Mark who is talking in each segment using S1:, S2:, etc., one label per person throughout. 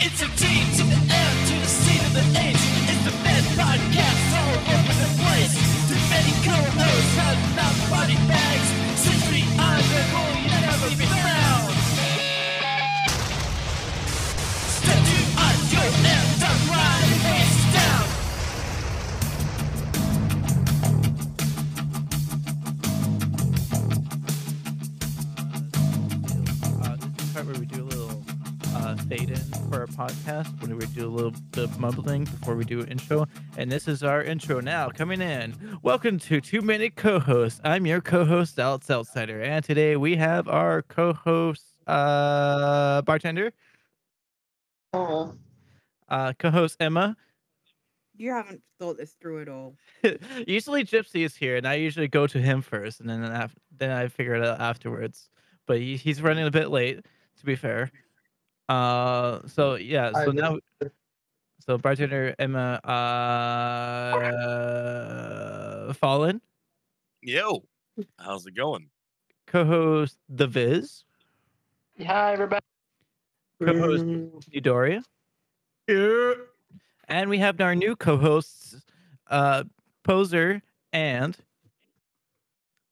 S1: It's your team to the end, to the scene of the age. It's the best podcast all over the place. Too many co-hosts have not body bags. Since we are the rule, you never be found. Step to on your end, don't run, face down.
S2: Uh, this is the part where we do a little uh, fade in for our podcast, where we do a little bit of mumbling before we do an intro. And this is our intro now coming in. Welcome to Two Minute Co host. I'm your co host, Alex Outsider. And today we have our co host, uh, bartender,
S3: Oh,
S2: uh, co host Emma.
S4: You haven't thought this through at all.
S2: usually Gypsy is here, and I usually go to him first, and then af- then I figure it out afterwards. But he- he's running a bit late, to be fair. Uh, so yeah,
S3: I
S2: so now, so bartender Emma, uh, Fallen
S5: Yo, how's it going?
S2: co-host The Viz,
S3: hi everybody.
S2: co-host Eudoria, and we have our new co-hosts, uh, Poser and.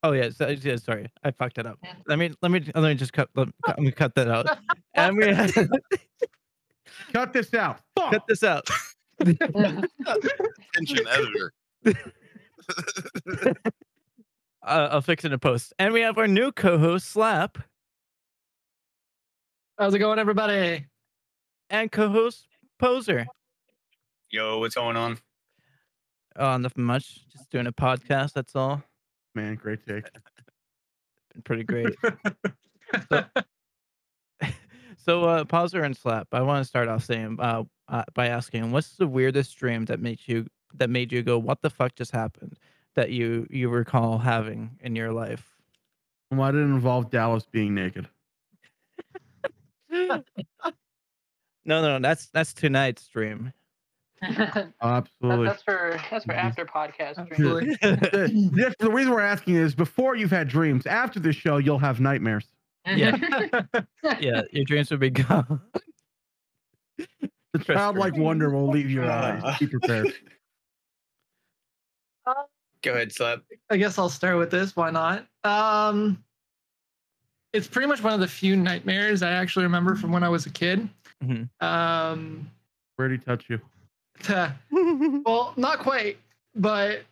S2: Oh yeah, so, yeah, sorry, I fucked that up. Let me let me let me just cut let, let me cut that out. and we
S6: Cut this out. Fuck.
S2: cut this out.
S5: Attention editor.
S2: Uh, I'll fix it in a post. And we have our new co-host Slap
S3: How's it going, everybody?
S2: and co-host Poser.
S7: Yo, what's going on?
S2: Oh, nothing much. Just doing a podcast. That's all.
S6: Man, great take.
S2: Been pretty great. so, so uh, Poser and Slap. I want to start off saying uh, uh, by asking, what's the weirdest dream that makes you that made you go, "What the fuck just happened?" That you you recall having in your life.
S6: Why did it involve Dallas being naked?
S2: no, no, that's that's tonight's dream.
S3: That-
S6: Absolutely.
S3: that's for that's for
S6: Mhm.
S3: after podcast. Dream.
S6: Absolutely. the, yes, the reason we're asking is before you've had dreams, after this show, you'll have nightmares.
S2: yeah, your dreams would be gone.
S6: The
S2: Trust me.
S6: childlike wonder will leave your eyes. Be prepared.
S7: Go ahead, slap.
S3: I guess I'll start with this. Why not? Um, it's pretty much one of the few nightmares I actually remember from when I was a kid.
S2: Mhm.
S3: Um,
S6: Where'd he touch you?
S3: well, not quite, but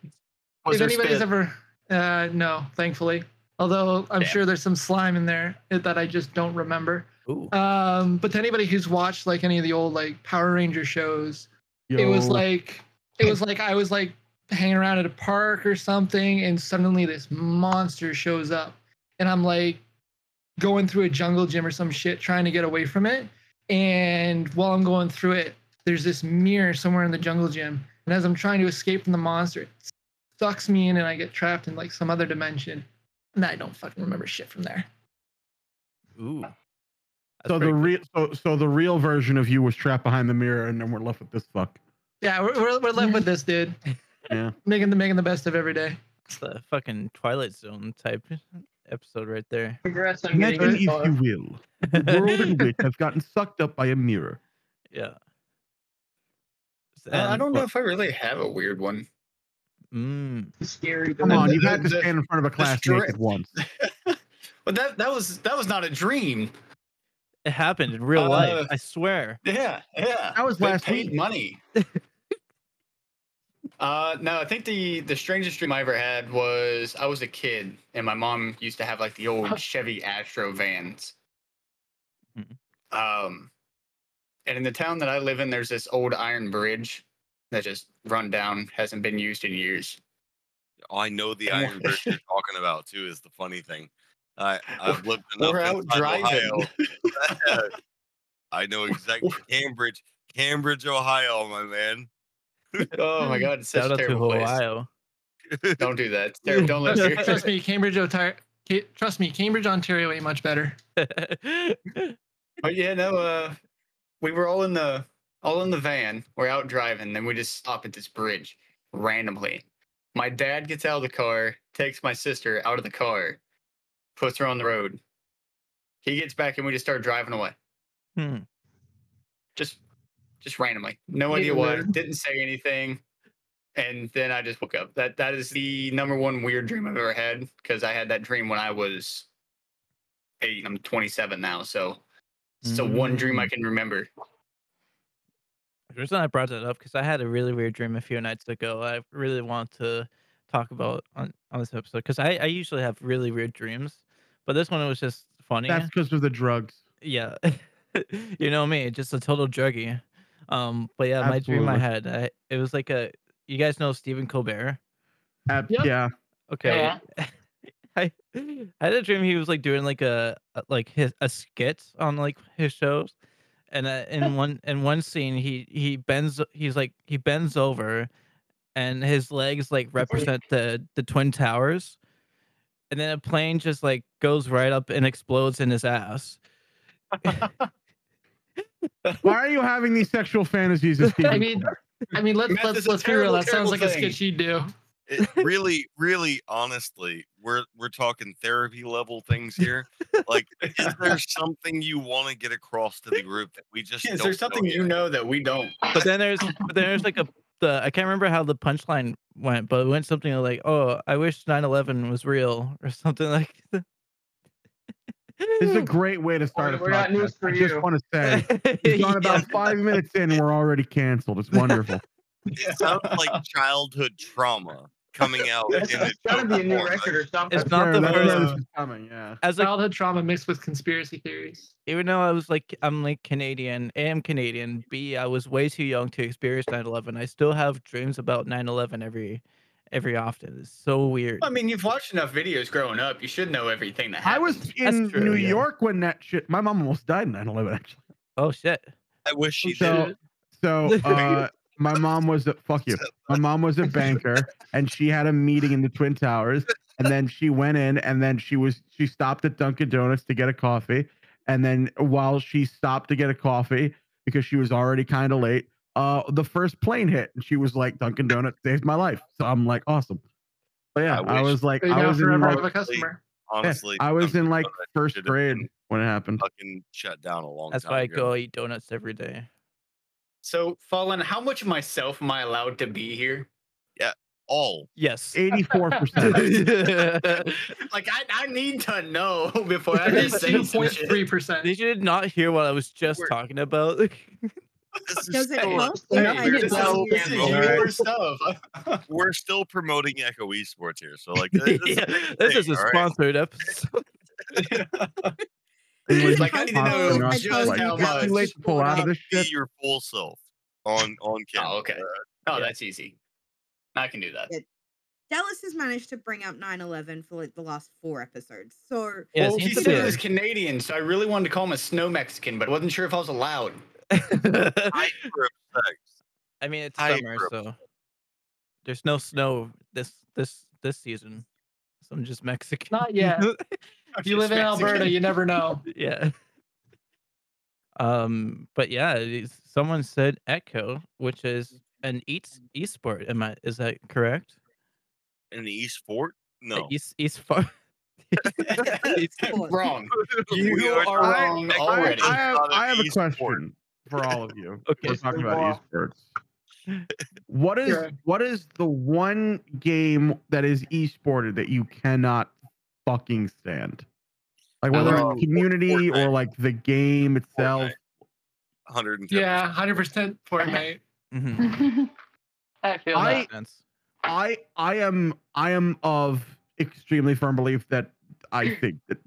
S7: Was
S3: if
S7: there
S3: anybody's
S7: spit?
S3: ever, uh, no, thankfully. Although I'm
S7: Yeah.
S3: sure there's some slime in there that I just don't remember.
S2: Ooh.
S3: Um, but to anybody who's watched like any of the old like Power Ranger shows, it was
S6: Yo,
S3: like it was like I was like hanging around at a park or something, and suddenly this monster shows up, and I'm like going through a jungle gym or some shit, trying to get away from it. And while I'm going through it, there's this mirror somewhere in the jungle gym, and as I'm trying to escape from the monster, it sucks me in, and I get trapped in like some other dimension, and I don't fucking remember shit from there.
S2: Ooh.
S6: so the real so, so the real version of you was trapped behind the mirror and then we're left with this fuck.
S3: Yeah, we're we're, we're left with this, dude.
S6: Yeah.
S3: making the making the best of every day.
S2: the fucking Twilight Zone type episode right there.
S3: Congrats on
S6: Imagine if you will. The world in which I've gotten sucked up by a mirror.
S2: yeah.
S7: Uh, I
S2: And-
S7: don't know if I really have a weird one.
S2: Mm,
S3: scary.
S6: Come
S7: the-
S6: on,
S7: the-
S6: you've had to
S7: the-
S6: stand in front of a class
S7: stra-
S6: naked once.
S7: But that that was that was not a dream.
S2: it happened in real
S7: Uh,
S2: life. I swear.
S7: Yeah, yeah.
S6: That was
S7: They
S6: last
S7: paid
S6: week.
S7: money. uh, no, I think the the strangest dream I ever had was I was a kid and my mom used to have like the old Chevy Astro vans.
S2: Mhm.
S7: Um, and in the town that I live in, there's this old iron bridge that just run down, hasn't been used in years.
S5: I know the
S7: Come on.
S5: Iron Bridge you're talking about too. Is the funny thing. I I've lived enough
S7: We're out
S5: inside
S7: driving.
S5: Ohio. I know exactly Cambridge, Cambridge, Ohio, my man.
S7: Oh my god, it's such
S2: Shout
S7: a
S2: out to
S7: terrible place.
S2: Ohio.
S7: Don't do that. It's terrible. Don't live here.
S3: Trust me, Cambridge, Ontario. Trust me, Cambridge, Ontario ain't much better.
S7: But yeah, no, uh we were all in the all in the van. We're out driving, then we just stop at this bridge randomly. My dad gets out of the car, takes my sister out of the car, puts her on the road. He gets back and we just start driving away.
S2: Hmm.
S7: Just just randomly. No
S3: Yeah,
S7: idea why.
S3: weird.
S7: Didn't say anything. And then I just woke up. That that is the number one weird dream I've ever had because I had that dream when I was eight. I'm 27 now, so it's the one dream I can remember.
S2: The reason I brought that up because I had a really weird dream a few nights ago. I really want to talk about on, on this episode because I, I usually have really weird dreams, but this one was just funny.
S6: That's because of the drugs.
S2: yeah, you know me, just a total druggie. Um, but yeah, my dream I had, I, it was like a. You guys know Stephen Colbert?
S6: Uh,
S3: Yep.
S6: Yeah.
S2: Okay. I I had a dream he was like doing like a a- like his a skit on like his shows, and uh, in one in one scene he he bends he's like he bends over, and his legs like represent the the twin towers, and then a plane just like goes right up and explodes in his ass.
S6: Why are you having these sexual fantasies? Of Stephen
S3: I mean, I mean, let's
S7: Math
S3: let's
S7: is a
S3: let's be real.
S7: terrible,
S3: That sounds
S7: terrible
S3: like a
S7: thing.
S3: skit you'd do.
S5: It really, really, honestly, we're we're talking therapy level things here. Like, is there something you want to get across to the group that we just?
S7: Is
S5: don't
S7: there something
S5: yet?
S7: you know that we don't?
S2: But then there's but then there's like a the I can't remember how the punchline went, but it went something like, "Oh, I wish 9/11 was real" or something like. that.
S6: This is a great way to start.
S3: We're
S6: a
S3: not
S6: podcast.
S3: news for
S6: I
S3: you.
S6: just want to say, it's on
S2: Yeah.
S6: about five minutes in, we're already canceled. It's wonderful.
S5: It sounds like childhood trauma coming out. in the
S8: gotta be a new
S5: form.
S8: record or something.
S2: It's not the
S6: That's where
S2: first.
S6: this is coming. Yeah.
S2: As like,
S3: Childhood trauma mixed with conspiracy theories.
S2: even though I was like, I'm like Canadian, A, I'm Canadian, B, I was way too young to experience 9/11. I still have dreams about 9/11 every, every often. It's so weird.
S7: I mean, you've watched enough videos growing up. You should know everything that
S6: I
S7: happened.
S6: was
S2: That's
S6: in
S2: true,
S6: New
S2: yeah.
S6: York when that shit. My mom almost died in 9 11, actually.
S2: Oh shit!
S5: I wish she did.
S6: So, so uh, my mom was a fuck you. My mom was a banker, and she had a meeting in the Twin Towers, and then she went in, and then she was she stopped at Dunkin' Donuts to get a coffee, and then while she stopped to get a coffee because she was already kind of late, uh, the first plane hit, and she was like, "Dunkin' Donuts saved my life." So I'm like, awesome. But yeah,
S5: I
S6: I,
S5: wish-
S6: was like,
S3: There you
S6: I
S3: go,
S6: was in
S3: forever
S6: like,
S3: with a customer.
S5: Honestly,
S6: I was in
S5: something
S6: like
S5: about that
S6: first
S5: should've
S6: grade
S5: been
S6: when it happened.
S5: Fucking shut down a long
S2: That's
S5: time
S2: why I
S5: ago.
S2: go eat donuts every day.
S7: So, Fallen, how much of myself am I allowed to be here?
S5: All
S2: Yes.
S6: Eighty-four percent.
S2: Did
S7: Like, I, I need to know before I
S3: It
S7: just
S3: is
S7: say
S3: two
S7: some
S3: point
S7: shit.
S3: three percent.
S2: you not hear what I was just
S7: We're-
S2: talking about?
S5: this is
S4: Does it
S5: still-
S4: help? You
S7: Hey,
S4: know, I
S7: this
S4: didn't
S7: is-
S4: know you
S7: this is
S4: were-
S5: All
S7: your stuff. Oh,
S5: We're still promoting Echo Esports here, so like
S2: Yeah, this
S5: this,
S2: is a
S5: all right?
S2: sponsored episode.
S4: I didn't
S7: like, I need to
S4: know
S7: know
S4: I
S7: just
S4: told
S7: how
S4: you
S7: much. E
S4: that was
S6: Too late to pull
S4: going
S6: out of
S4: on.
S6: this
S5: be
S6: shit.
S5: your full self on on camera.
S7: Oh, okay. Oh,
S2: Yeah.
S7: that's easy. I can do that.
S4: Dallas has managed to bring up 9/11 for like the last four episodes. So
S2: Yeah,
S7: well,
S2: it
S7: he
S2: seems to
S7: said
S2: be.
S7: he was Canadian, so I really wanted to call him a snow Mexican, but I wasn't sure if I was allowed.
S5: Hyper effects.
S2: I mean, it's
S5: I
S2: summer,
S5: grew up-
S2: so there's no snow this this this season. So I'm just Mexican.
S3: Not yet. If you live in Alberta, you never know.
S2: yeah. Um, but yeah, it's- someone said Echo, which is an eats esport. Am I? Is that correct?
S5: in the East Fort.
S2: A
S5: No,
S2: East East far.
S4: it's cool.
S7: wrong.
S5: We
S7: You are
S5: talking
S7: wrong
S5: Echo
S6: I,
S7: already.
S5: Esports,
S6: I have,
S5: not
S6: I have a
S7: E
S5: esports.
S6: question for all of you.
S2: Okay.
S6: We're talking about esports. What is
S3: Sure.
S6: what is the one game that is esported that you cannot fucking stand? Like whether
S7: Oh,
S5: Um,
S6: it's community or
S5: Fortnite.
S6: like the game itself.
S5: Fortnite. 110.
S3: Yeah, hundred percent Fortnite.
S2: Mhm,
S8: I feel
S6: I-
S8: that.
S2: makes sense.
S6: I I am I am of extremely firm belief that I think that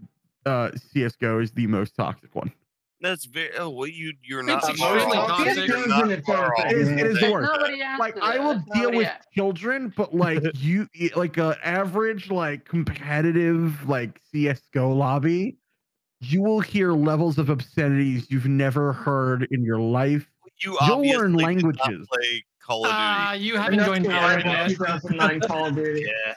S6: uh CSGO is the most toxic one.
S5: That's very. Oh, well, you you're
S8: It's
S5: not. far
S8: emotionally
S5: off.
S8: toxic.
S5: You're not
S8: It is-
S5: far off.
S6: It is, it is the worst.
S8: Nobody asked
S6: like
S8: for
S6: I
S8: that.
S6: will
S8: That's
S6: deal
S8: nobody
S6: with
S8: asked.
S6: children, but like you, eh, like a average, like competitive, like CS:GO lobby, you will hear levels of obscenities you've never heard in your life.
S5: You
S6: You'll
S5: obviously
S6: learn
S5: did not
S6: languages.
S5: Play Call of Duty.
S3: Ah, you haven't joined Power
S8: Yeah,
S3: yet.
S8: 2009 Call of Duty.
S7: Yeah.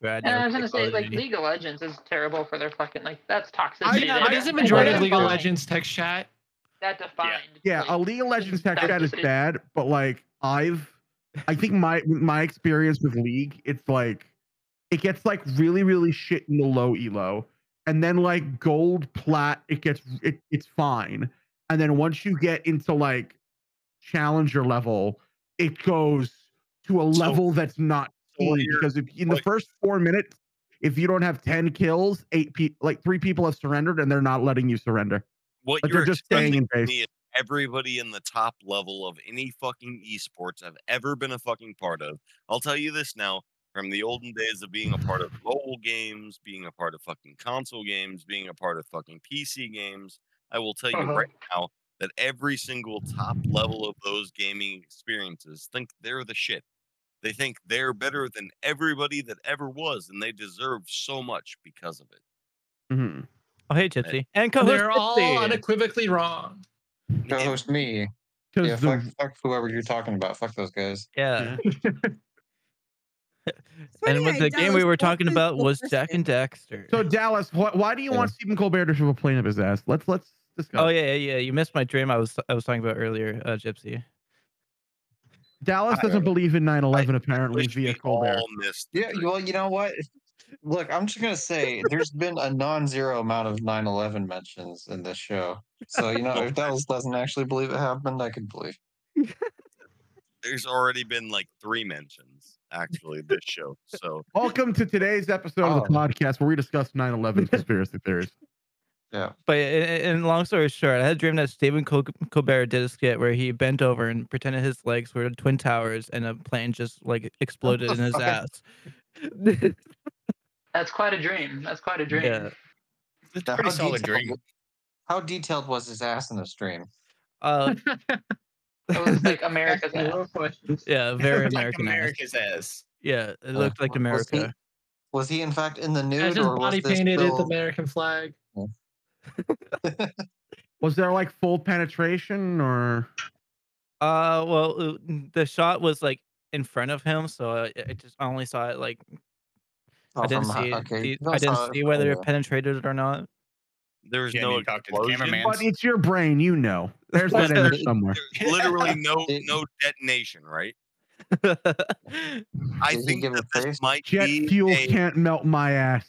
S2: Brad
S8: And I was
S2: never
S8: gonna
S2: played Call
S8: say,
S2: of
S8: like
S2: Duty.
S8: League of Legends is terrible for their fucking like that's toxicity.
S6: I-
S8: that
S3: Yeah, it is a
S8: that
S3: majority of
S6: I-
S3: League of
S8: defines-
S3: Legends text chat.
S8: That defines.
S6: Yeah, a
S8: like,
S6: League of Legends tech
S8: that's
S6: chat is
S8: just-
S6: bad, but like I've, I think my my experience with League, it's like, it gets like really really shit in the low elo, and then like gold plat, it gets it, it's fine, and then once you get into like challenger level, it goes to a level that's not
S5: So
S6: fully,
S5: here-
S6: because if in the
S5: like-
S6: first four minutes, if you don't have ten kills, eight pe- like three people have surrendered and they're not letting you surrender.
S5: what
S6: But
S5: you're
S6: they're just
S5: expecting
S6: staying in
S5: from
S6: base.
S5: me is everybody in the top level of any fucking esports I've ever been a fucking part of. I'll tell you this now from the olden days of being a part of mobile games, being a part of fucking console games, being a part of fucking PC games. I will tell you
S8: Uh-huh.
S5: right now that every single top level of those gaming experiences think they're the shit. They think they're better than everybody that ever was, and they deserve so much because of it.
S6: Mm-hmm.
S2: Oh, hey, Gypsy. And co
S3: They're all unequivocally wrong.
S9: No, it was me.
S6: Because
S9: Yeah,
S6: the
S9: fuck, fuck whoever you're talking about. Fuck those guys.
S2: Yeah.
S4: Funny
S2: and with
S4: how
S2: the game
S4: Dallas
S2: we were
S4: Clark
S2: talking
S4: is
S2: about
S4: the
S2: was Jack
S4: person.
S2: and Daxter.
S6: So Dallas, wh- why do you want Stephen Colbert to shove a plane up his ass? Let's let's discuss.
S2: oh yeah, yeah, yeah. You missed my dream. I was I was talking about earlier, uh, Gypsy.
S6: Dallas
S9: I-
S6: doesn't believe in 9/11 apparently
S5: Wish we
S6: via Colbert.
S5: all missed
S9: Yeah, well, you know what? Look, I'm just gonna say there's been a non-zero amount of 9/11 mentions in this show. So you know, if Dallas doesn't actually believe it happened, I could believe.
S5: there's already been like three mentions actually this show. So
S6: Welcome to today's episode of the
S9: Oh.
S6: podcast where we discuss 9/11 conspiracy theories.
S2: But in, long story short, I had a dream that Stephen Col- Colbert did a skit where he bent over and pretended his legs were twin towers, and a plane just like exploded in his
S9: Okay.
S2: ass.
S8: That's quite a dream. That's quite a dream.
S2: yeah.
S9: Now,
S7: pretty
S9: how
S7: solid
S9: detailed-
S7: dream.
S9: How detailed was his ass in this dream?
S2: Uh,
S8: It was like America's ass.
S2: yeah. Very
S7: It's like
S2: American.
S7: America's ass.
S2: Yeah, it looked like
S9: Was he-
S2: America.
S9: Was he in fact in the
S3: That's
S9: nude,
S3: just
S9: or was
S3: body
S9: this
S3: painted at the
S9: still-
S3: American flag.
S6: Was there like full penetration or
S2: Uh, well, uh, n- the shot was like in front of him, so uh, I, I just I only saw it like
S9: Oh,
S2: I didn't
S9: from-
S2: see.
S9: okay,
S2: the-
S9: you don't
S2: I
S9: saw
S2: didn't
S9: it
S2: see
S9: from
S2: whether
S9: the-
S2: it penetrated it or not.
S5: there's
S7: Yeah,
S5: no
S7: you talked to the
S5: explosion.
S7: cameraman.
S6: but it's your brain, you know. There's that
S2: Well,
S6: image somewhere.
S5: There's Literally no
S9: Did-
S5: no detonation, right?
S2: yeah,
S5: I
S9: Did he
S5: think
S9: give
S5: that
S9: a
S5: this
S9: face?
S5: might
S6: Jet
S5: be
S6: fuel
S5: a-
S6: can't melt my ass.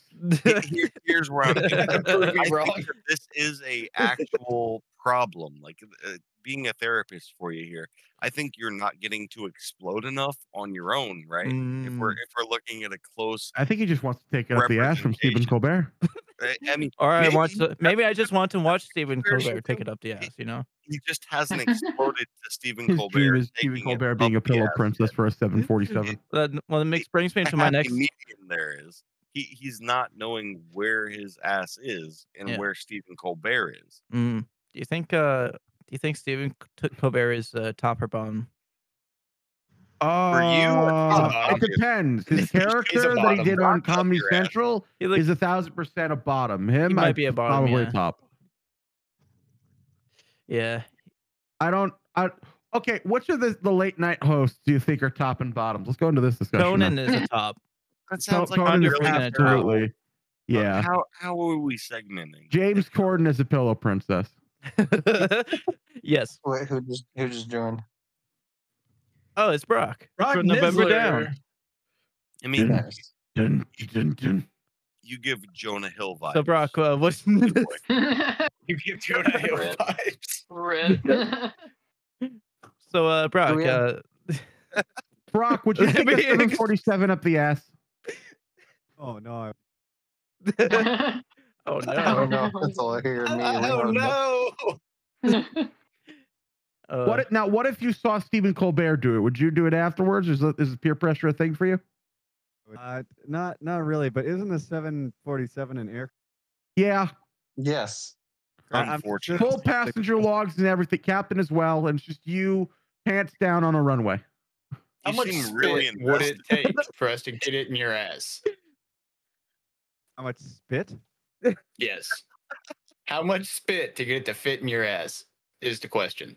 S5: here- here's where I'm thinking.
S7: Prove
S5: I
S7: me
S5: think
S7: wrong.
S5: that this is a actual problem. Like uh, being a therapist for you here, I think you're not getting to explode enough on your own, right? If
S3: Mm.
S5: we're
S6: Mm.
S5: if we're looking at a close,
S6: I think he just wants to take it up the ass from Stephen
S5: Representation.
S6: Colbert.
S5: I I mean,
S2: or I want
S5: maybe-
S2: to. Maybe I just want to watch Stephen
S5: There's
S2: Colbert take
S5: something-
S2: it up the ass. You know.
S5: he just hasn't exploded to Stephen
S6: His
S5: Colbert.
S6: dream is Stephen
S5: taking it
S6: Colbert being a
S5: up the
S6: pillow
S5: ass.
S6: princess for a 747.
S2: That, well, it makes, brings me
S5: a
S2: to my
S5: happy
S2: next.
S5: medium there is. He he's not knowing where his ass is and
S2: Yeah.
S5: where Stephen Colbert is.
S2: Mm, do you think? Uh, do you think Stephen C- Colbert is uh, top or bottom?
S6: Oh,
S7: bottom.
S6: it depends. His
S7: He's a
S6: character that he
S7: bottom.
S6: did on
S5: Lock up
S6: Comedy
S5: your ass.
S6: Central
S2: He looks,
S6: is a thousand percent a bottom. Him
S2: He might
S6: I'd
S2: be a bottom,
S6: probably
S2: yeah.
S6: top.
S2: yeah.
S6: I don't. I okay. Which of the, the late night hosts do you think are top and bottoms? Let's go into this discussion.
S2: Conan is a top.
S5: That
S6: Co-
S5: sounds like
S6: Conan
S5: a
S6: is
S5: really
S2: gonna
S5: narrow-
S2: drop.
S6: absolutely. Yeah.
S5: How how are we segmenting?
S6: James Corden is a pillow princess.
S2: yes.
S9: Wait, who just who just joined?
S2: Oh, it's Brock.
S6: Brock
S2: From November
S6: Nizzler.
S2: down.
S5: I mean,
S9: Nice.
S6: Dun, dun, dun.
S5: you give Jonah Hill vibes.
S2: So Brock, uh, what's
S7: You give Jonah Hill
S8: Right.
S7: vibes.
S8: Red.
S2: so uh, Brock?
S9: yeah.
S2: Uh,
S6: Brock, would you take a
S2: Maybe-
S6: 747 up the ass?
S10: Oh no!
S2: oh
S9: I
S2: no.
S9: don't know if that's all I hear. immediately.
S7: Oh no!
S2: Uh,
S6: What if, now? What if you saw Stephen Colbert do it? Would you do it afterwards? Is is peer pressure a thing for you?
S10: Uh, not not really. But isn't the 747 an air?
S6: Yeah,
S9: Yes.
S10: I- I'm
S5: Unfortunate.
S10: sure-
S6: full passenger logs and everything, captain as well, and it's just you pants down on a runway.
S7: How
S5: You
S7: much
S5: seem really
S7: spit would it
S5: invested.
S7: take for us to get it in your ass?
S10: How much spit?
S7: Yes. How much spit to get it to fit in your ass is the question.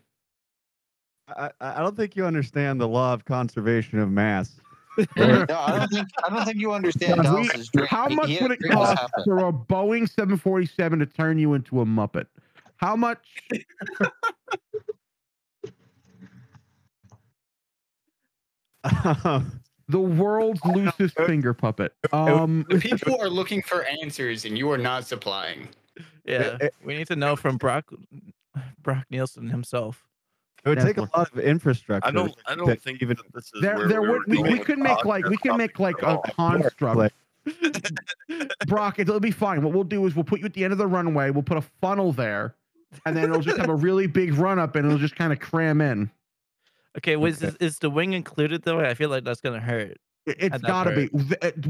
S10: I, I I don't think you understand the law of conservation of mass.
S9: No, I don't think I don't think you understand
S6: Now, we-
S9: Dallas's dream.
S6: How
S9: He-
S6: much
S9: he had
S6: would
S9: a
S6: it
S9: dream this
S6: cost
S9: happened.
S6: for a Boeing 747 to turn you into a Muppet? How much?
S10: I
S6: The world's loosest finger puppet. Um,
S7: The people are looking for answers and you are not supplying.
S2: yeah, we need to know from Brock, Brock Nielsen himself.
S10: It would
S6: That's
S10: take a
S6: what-
S10: lot of infrastructure.
S5: I don't.
S10: to
S5: I
S10: keep
S5: don't
S10: it
S5: think
S10: even
S5: that this is
S6: There,
S5: where
S6: there
S5: we were
S6: would we,
S5: going
S6: we
S5: with
S6: could make like we
S5: podcast
S6: could make
S5: topics at
S6: like a
S5: all.
S6: construct. Brock, it'll be fine. What we'll do is we'll put you at the end of the runway. We'll put a funnel there, and then it'll just have a really big run up, and it'll just kind of cram in.
S2: Okay, was
S10: Okay.
S2: Is, is the wing included though? I feel like that's gonna hurt.
S6: It- It's
S2: At that
S6: gotta be. Th- it-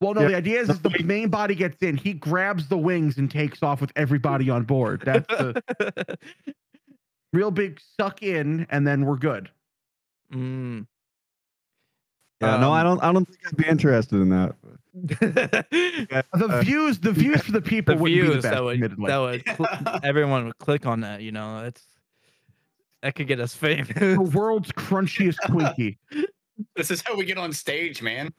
S6: Well, no,
S10: Yeah.
S6: the idea is, is the main body gets in. He grabs the wings and takes off with everybody on board. That's the real big suck in, and then we're good.
S2: Mm.
S10: Yeah, no, I
S2: Um,
S10: don't. I don't think I'd be interested in that.
S6: The
S10: Uh,
S6: views, the views for the people
S2: the
S6: would be the
S2: views
S6: best.
S2: that would
S6: admittedly.
S2: that would cl- everyone would click on that. You know, that's that could get us famous.
S6: the world's crunchiest Twinkie.
S7: This is how we get on stage, man.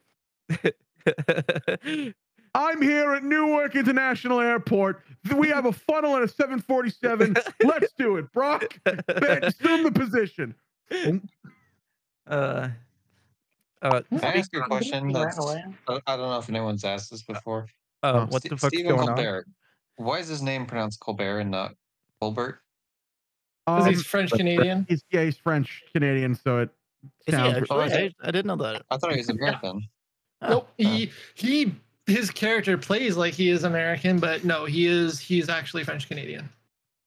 S6: I'm here at Newark International Airport. We have a funnel and a 747. Let's do it, Brock. Ben, assume the position.
S10: Oh.
S2: uh, uh,
S9: Can I ask you a question?
S8: He ran
S9: That's,
S8: away.
S9: I I don't know if anyone's asked this before.
S2: uh, what
S9: Oh, Ste-
S2: the fuck's
S9: Stephen
S2: going on?
S9: Colbert. Why is his name pronounced Colbert and not Colbert?
S3: Because
S6: Um,
S3: he's French Canadian.
S6: he's, yeah, he's French Canadian, so it
S2: Is he
S6: sounds.
S2: actually? I, I didn't know that.
S9: I thought he was American.
S2: Oh,
S3: Nope. He he his character plays like he is American, but no, he is he's actually French Canadian.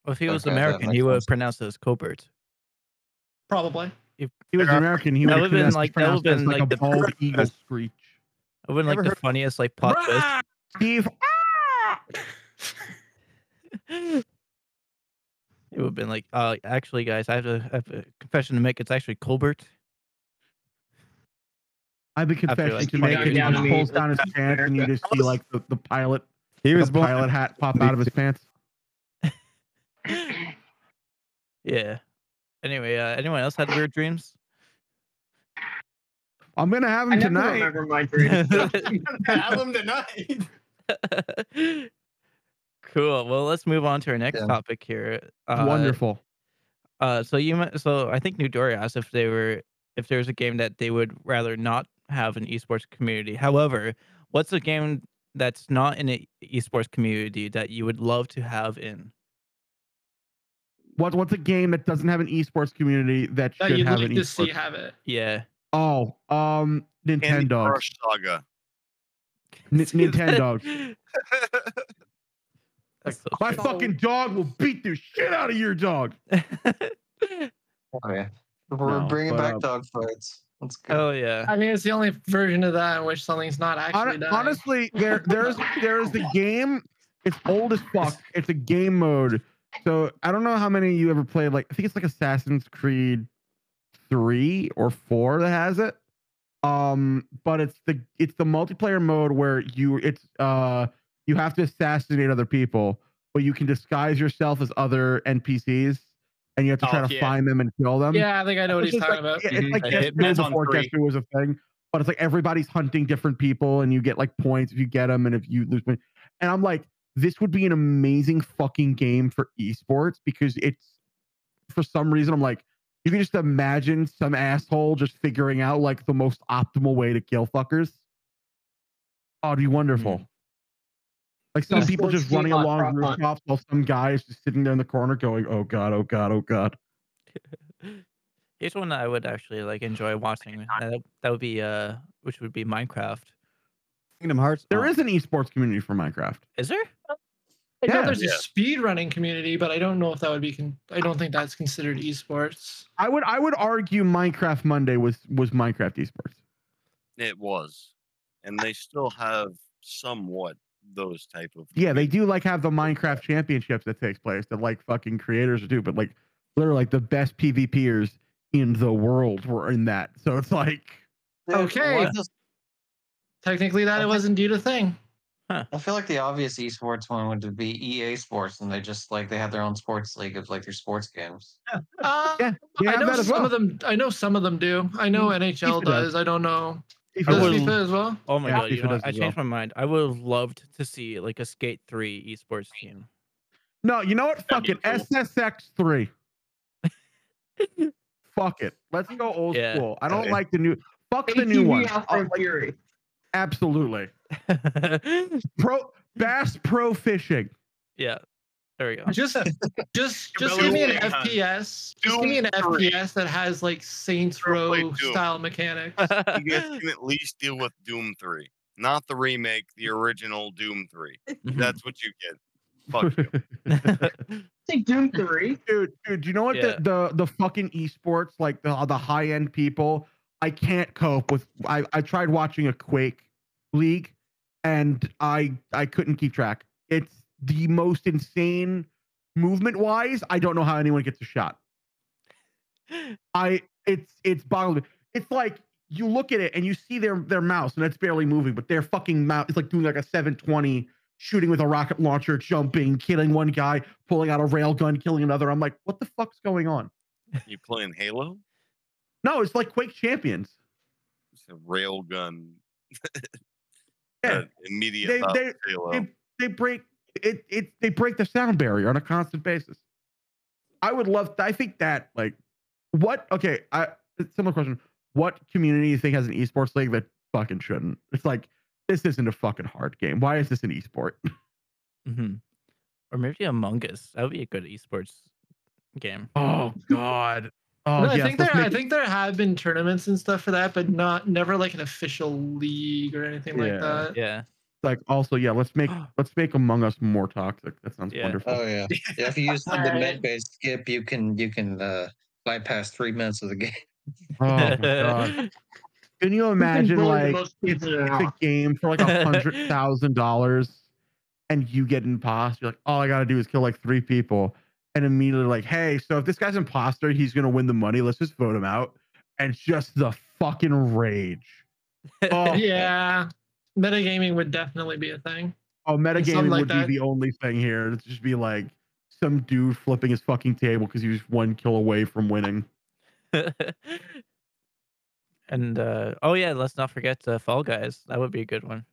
S2: Well, if he was
S9: Okay, that
S2: American,
S9: makes
S2: he would have
S9: sense.
S2: pronounced it as Colbert.
S3: Probably.
S6: he was American. He
S2: That
S6: would
S2: would've been like- that would've been
S6: like,
S2: like
S6: a
S2: the-
S6: bald eagle screech.
S2: I wouldn't like
S10: Never
S2: the
S10: heard-
S2: funniest like plot twist.
S6: Steve,
S2: it would have been like, uh, actually, guys, I have, a, I have a confession to make. It's actually Colbert.
S6: I have a confession
S2: like
S6: to
S2: you
S6: make.
S2: got
S6: And
S2: down
S6: he
S2: to me.
S6: just pulls down his pants, and you just see like the, the pilot,
S10: He
S6: the
S10: was born.
S6: pilot hat pop out of his pants.
S2: Yeah. Anyway, uh, anyone else had weird dreams?
S6: I'm gonna have
S8: I
S6: him
S8: never
S6: tonight.
S8: remember my dream.
S7: Have him tonight.
S2: cool. Well, let's move on to our next
S9: Yeah.
S2: topic here. Uh,
S6: Wonderful.
S2: Uh, so you, men- so I think New Dory asked if they were, if there was a game that they would rather not have an esports community. However, what's a game that's not in an esports community that you would love to have in?
S6: What what's a game that doesn't have an esports community that
S3: That
S6: should
S3: Uh, you'd
S6: have
S3: like
S6: an
S3: to
S6: esports?
S3: see have it.
S2: Yeah.
S6: Oh, um,
S5: Candy
S6: Nintendo.
S5: Crush Saga.
S6: N-
S2: See that?
S6: Nintendo.
S2: That's so
S6: My
S2: true.
S6: fucking dog will beat the shit out of your dog.
S9: Oh, yeah. We're
S6: No,
S9: bringing
S6: but,
S9: back
S6: uh,
S9: dog fights. Let's go.
S2: oh yeah.
S3: I mean, it's the only version of that in which something's not actually
S6: Hon-
S3: dying.
S6: honestly, there there's there is the game. It's old as fuck. It's a game mode. So I don't know how many of you ever played. Like I think it's like Assassin's Creed three or four that has it. Um, but it's the it's the multiplayer mode where you it's uh you have to assassinate other people, but you can disguise yourself as other NPCs, and you have to try
S7: Oh,
S6: to
S7: yeah.
S6: find them and kill them.
S3: yeah, I think I know what
S6: It's
S3: he's
S6: just
S3: talking
S6: um, like-
S3: about. Mm-hmm.
S6: yeah, it's
S7: Mhm.
S6: like
S7: Like
S6: Guess Who
S7: Hitman's on
S6: before Guess
S7: three.
S6: Who was a thing, but it's like everybody's hunting different people, and you get like points if you get them, and if you lose points. And I'm like, this would be an amazing fucking game for esports because it's for some reason I'm like, you can just imagine some asshole just figuring out like the most optimal way to kill fuckers. Oh, it'd be
S3: Mm-hmm.
S6: wonderful. Like some
S3: Yeah.
S6: people just
S3: Esports
S6: running
S3: game on
S6: along
S3: Frog Hunt.
S6: rooftops while some guy is just sitting there in the corner going, "Oh god, oh god, oh god."
S2: Here's one that I would actually like enjoy watching. That, that would be uh, which would be Minecraft.
S10: Kingdom Hearts.
S6: There is an esports community for Minecraft.
S2: Is there?
S3: I know
S6: Yeah.
S3: there's
S5: Yeah.
S3: a speed running community, but I don't know if that would be. Con- I don't think that's considered esports.
S6: I would I would argue Minecraft Monday was was Minecraft esports.
S5: It was, and they still have somewhat those type of.
S6: Yeah, they do like have the Minecraft championships that takes place that like fucking creators do, but like literally like the best PvPers in the world were in that. So it's like
S9: Dude,
S3: okay.
S9: why does-
S3: Technically, that it was indeed a thing.
S9: I feel like the obvious esports one would be EA Sports, and they just like they have their own sports league of like their sports games.
S3: Uh,
S6: Yeah, they
S3: I
S6: have
S3: know
S6: that as
S3: some
S6: well. Hmm.
S3: of them. I know some of them do. I know
S6: FIFA
S3: NHL
S6: does.
S3: does. I don't know.
S6: FIFA
S2: I
S3: Does
S2: would-
S6: was-
S3: FIFA as well?
S2: Oh my
S6: Yeah,
S2: god! You
S6: FIFA
S2: know,
S6: does
S2: what? I
S6: as well.
S2: changed my mind. I would have loved to see like a Skate Three esports team.
S6: No, you know what? Fuck
S7: be
S6: it.
S7: cool.
S6: SSX three. Fuck it. Let's go old
S2: Yeah.
S6: school. I don't
S5: Okay.
S6: like the new fuck the new one.
S3: Oh,
S8: Alpha Fury.
S6: Absolutely. Pro Bass Pro Fishing.
S2: yeah. There we go.
S3: Just just
S11: You're
S3: just give me an
S11: really big time.
S3: FPS. Just give me an
S5: Doom three.
S3: FPS that has like Saints
S5: Play
S3: Row
S5: Doom.
S3: style mechanics.
S5: You guys can at least deal with Doom 3, not the remake,
S6: Mm.
S5: the original Doom 3.
S6: Mm-hmm.
S2: Mm-hmm.
S5: That's what you get. Fuck you.
S8: Take Doom Three.
S6: dude, dude, do you know what
S2: Yeah.
S6: the, the the fucking esports like the the high end people? I can't cope with. I I tried watching a Quake league, and I I couldn't keep track. It's the most insane movement wise. I don't know how anyone gets a shot. I it's it's boggled. It's like you look at it and you see their their mouse and it's barely moving, but their fucking mouse is like doing like a 720 shooting with a rocket launcher, jumping, killing one guy, pulling out a railgun, killing another. I'm like, what the fuck's going on?
S5: You playing Halo?
S6: No, it's like Quake Champions.
S5: It's a railgun.
S6: Yeah.
S5: Uh, immediate
S6: They-
S5: pop
S6: they-
S5: Halo.
S6: They, they break it it they break the sound barrier on a constant basis. I would love I think that like what okay, I similar question. What community do you think has an esports league that fucking shouldn't? It's like this isn't a fucking hard game. Why is this an esport?
S2: hmm Or maybe Among Us. That would be a good esports game.
S6: Oh God. Oh
S3: No, I
S6: yes,
S3: think there
S6: let's
S3: I
S6: make-
S3: think there have been tournaments and stuff for that, but not never like an official league or anything
S6: Yeah.
S3: like that.
S2: Yeah.
S6: like also yeah. Let's make let's make Among Us more toxic. That sounds
S2: Yeah.
S6: wonderful.
S9: Oh yeah. yeah if you use the
S8: Alright.
S9: med bay skip, you can you can uh, bypass three minutes of the game.
S6: Oh my God. Can you imagine
S8: bully the
S6: like
S8: most
S6: it's,
S8: people
S6: it's a game for like a hundred thousand dollars, and you get imposter? You're like, all I gotta do is kill like three people, and immediately like, hey, so if this guy's imposter, he's gonna win the money. Let's just vote him out, and just the fucking rage. Oh,
S3: Yeah. Metagaming would definitely be a thing.
S6: Oh, metagaming
S3: Something like
S6: would
S3: that.
S6: be the only thing here. It'd just be like some dude flipping his fucking table because he was one kill away from winning.
S2: and uh, oh yeah, let's not forget uh, Fall Guys. That would be a good one.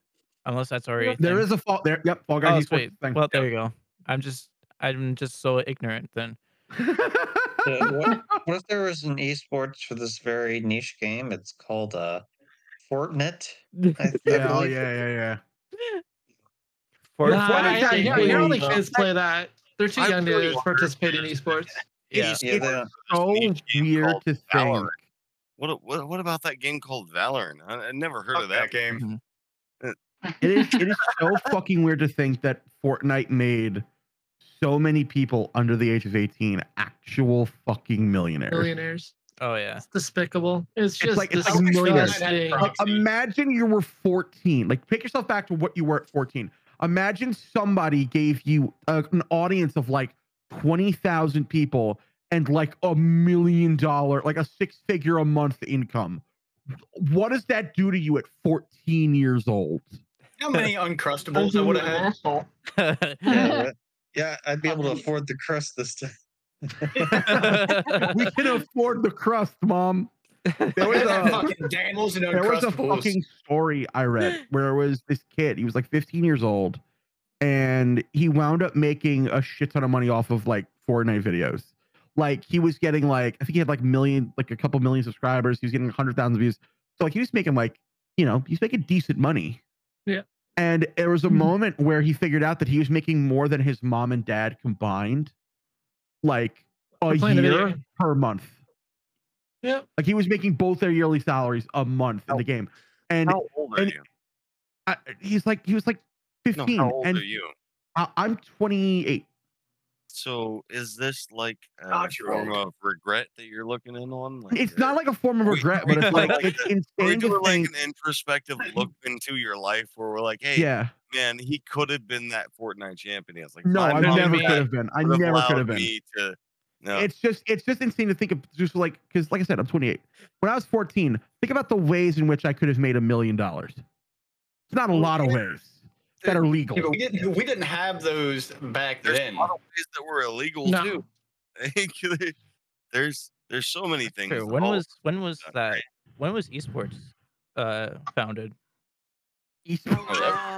S2: Unless that's already a
S6: There
S2: thing.
S6: is a fault there. Yep, Fall Guys.
S2: Oh,
S6: he's
S2: sweet.
S6: thing.
S2: Well, there you go. I'm just I'm just so ignorant then.
S9: Yeah, what, what if there was an esports for this very niche game? It's called uh, Fortnite. I, I
S6: yeah, oh, yeah,
S9: believe.
S6: yeah, yeah.
S2: For
S3: Nah,
S6: Fortnite
S3: I, I,
S6: game
S3: I hear
S6: is-
S3: only kids play that. They're too
S5: I
S3: young
S5: really
S3: to
S5: wonder
S3: participate
S5: if
S3: in
S5: there's
S3: esports.
S2: Yeah.
S5: It is
S9: Yeah, they-
S6: So
S5: niche game
S6: weird
S5: called
S6: to
S5: Valorant.
S6: think.
S5: What, what what about that game called Valorant? I, I never heard
S7: Fuck
S5: of that.
S7: that game.
S6: It is. It is so fucking weird to think that Fortnite made so many people under the age of eighteen actual fucking millionaires.
S3: Millionaires.
S2: Oh yeah.
S3: It's despicable. It's just
S6: like- it's like millionaires.
S3: disgusting.
S6: Like, imagine you were 14. Like, pick yourself back to what you were at 14. Imagine somebody gave you uh, an audience of like 20,000 people and like a million dollar, like a six figure a month income. What does that do to you at 14 years old?
S7: How many Uncrustables I would have had?
S9: yeah, right. yeah, I'd be able to afford the crust this time.
S6: We can afford the crust, mom. There
S7: I
S6: was
S7: would have had
S6: a,
S7: fucking Daniels and
S6: there was a
S7: Uncrustables.
S6: fucking story I read where it was this kid. He was like 15 years old, and he wound up making a shit ton of money off of like Fortnite videos. Like he was getting like I think he had like million, like a couple million subscribers. He was getting hundred thousand views. So like he was making like you know he's making decent money.
S3: Yeah.
S6: And there was a moment where he figured out that he was making more than his mom and dad combined, like a
S3: For playing a video
S6: year
S3: game.
S6: per month.
S3: Yep.
S6: Like he was making both their yearly salaries a month in the game, and
S5: How old are
S6: and-
S5: you?
S6: I, he's like he was like
S5: No,
S6: 15,
S5: how old
S6: and
S5: are you?
S6: I, I'm 28.
S5: So is this like a
S7: Not your
S5: form
S7: old.
S5: of regret that you're looking in on?
S6: It's
S5: uh,
S6: not like a form of
S5: we-
S6: regret,
S5: we
S6: but it's
S5: do it
S6: like
S5: like
S6: it's
S5: that. Are we
S6: insane to
S5: doing like
S6: think.
S5: an introspective look into your life where we're like, hey,
S6: Yeah,
S5: man, he could have been that Fortnite champion. It's like,
S6: no,
S5: my
S6: I
S5: mom
S6: never
S5: and
S6: could
S5: dad
S6: have been. I
S5: would've
S6: never could
S5: allowed
S6: have been.
S5: me to- no.
S6: It's just it's just insane to think of just like because like I said, I'm 28. When I was 14, think about the ways in which I could have made a million dollars. It's not a
S7: Well,
S6: lot of
S7: yeah.
S6: ways that are legal.
S7: Yeah, but we didn't. We didn't have those back
S5: There's
S7: then.
S5: a lot of ways that were illegal
S3: No.
S5: too. Like, there's there's so many things. Oh,
S2: True.
S5: that
S2: When
S5: all-
S2: was when was
S5: done,
S2: that?
S5: right?
S2: When was esports uh founded?
S4: A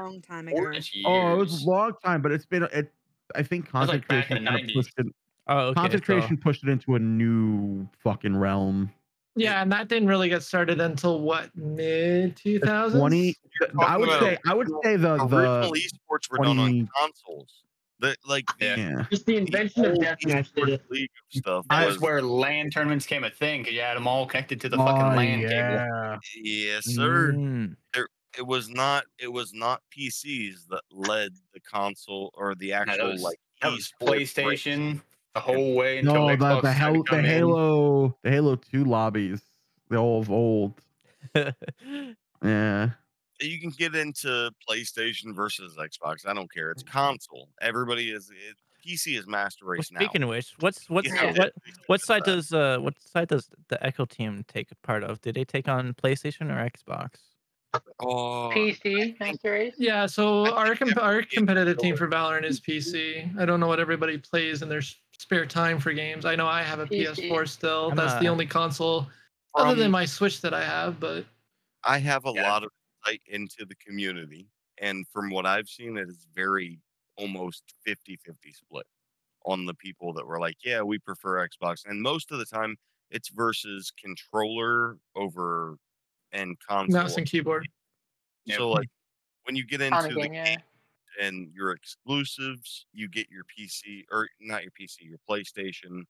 S4: long time ago.
S7: Orange
S6: Oh, it was
S7: years.
S6: a long time, but it's been it. I think
S7: was, like, back
S6: concentration
S7: in the
S6: kind of pushed it.
S2: Oh, okay. so-
S6: concentration pushed it into a new fucking realm.
S3: Yeah, and that didn't really get started until what mid two
S6: The
S3: thousands?
S6: Twenty. I would
S7: talking
S6: say. I would say the
S5: Original
S6: the
S5: esports were done
S6: 20
S5: on consoles. The like the,
S6: Yeah.
S8: Just the invention of
S5: whole
S8: deathmatch did it.
S5: esports league of stuff.
S7: That was
S5: was-
S7: where LAN tournaments became a thing because you had them all connected to the
S6: Oh,
S7: fucking LAN cable.
S6: yeah.
S5: yes, sir.
S2: Mm.
S5: It was not. It was not PCs that led the console or the actual
S7: was-
S5: like.
S7: That was
S5: esports race.
S7: PlayStation the whole way until
S6: No, the,
S7: Xbox
S6: the, Halo,
S7: started
S6: the
S7: coming in.
S6: Halo, the Halo Two lobbies, the old, old. Yeah.
S5: you can get into PlayStation versus Xbox. I don't care. It's console. Everybody is it, PC is master
S2: Mm. Well,
S5: race
S2: speaking
S5: now.
S2: of which, what's what's
S5: Yeah.
S2: what what
S5: It's
S2: side
S5: that.
S2: does uh what side does the Echo team take part of? Did they take on PlayStation or Xbox?
S5: Oh,
S8: PC, I'm curious.
S3: Yeah, so
S5: I
S3: our
S5: think
S3: comp- our
S5: everybody
S3: competitive team
S5: enjoys-
S3: for Valorant is PC. I don't know what everybody plays in their s- spare time for games. I know I have a
S8: PC.
S3: PS4 still.
S2: I'm
S3: That's the
S2: a-
S3: only console other
S5: from-
S3: than my Switch that I have. But
S5: Um, I have a
S7: Yeah.
S5: lot of insight into the community, and from what I've seen, it is very almost 50 50 split on the people that were like, Yeah, we prefer Xbox. And most of the time, it's versus controller over and console.
S3: mouse and keyboard.
S7: Yep.
S5: So, like, when you get into
S8: On a
S5: the
S8: game, yeah.
S5: and your exclusives, you get your PC or not your PC, your PlayStation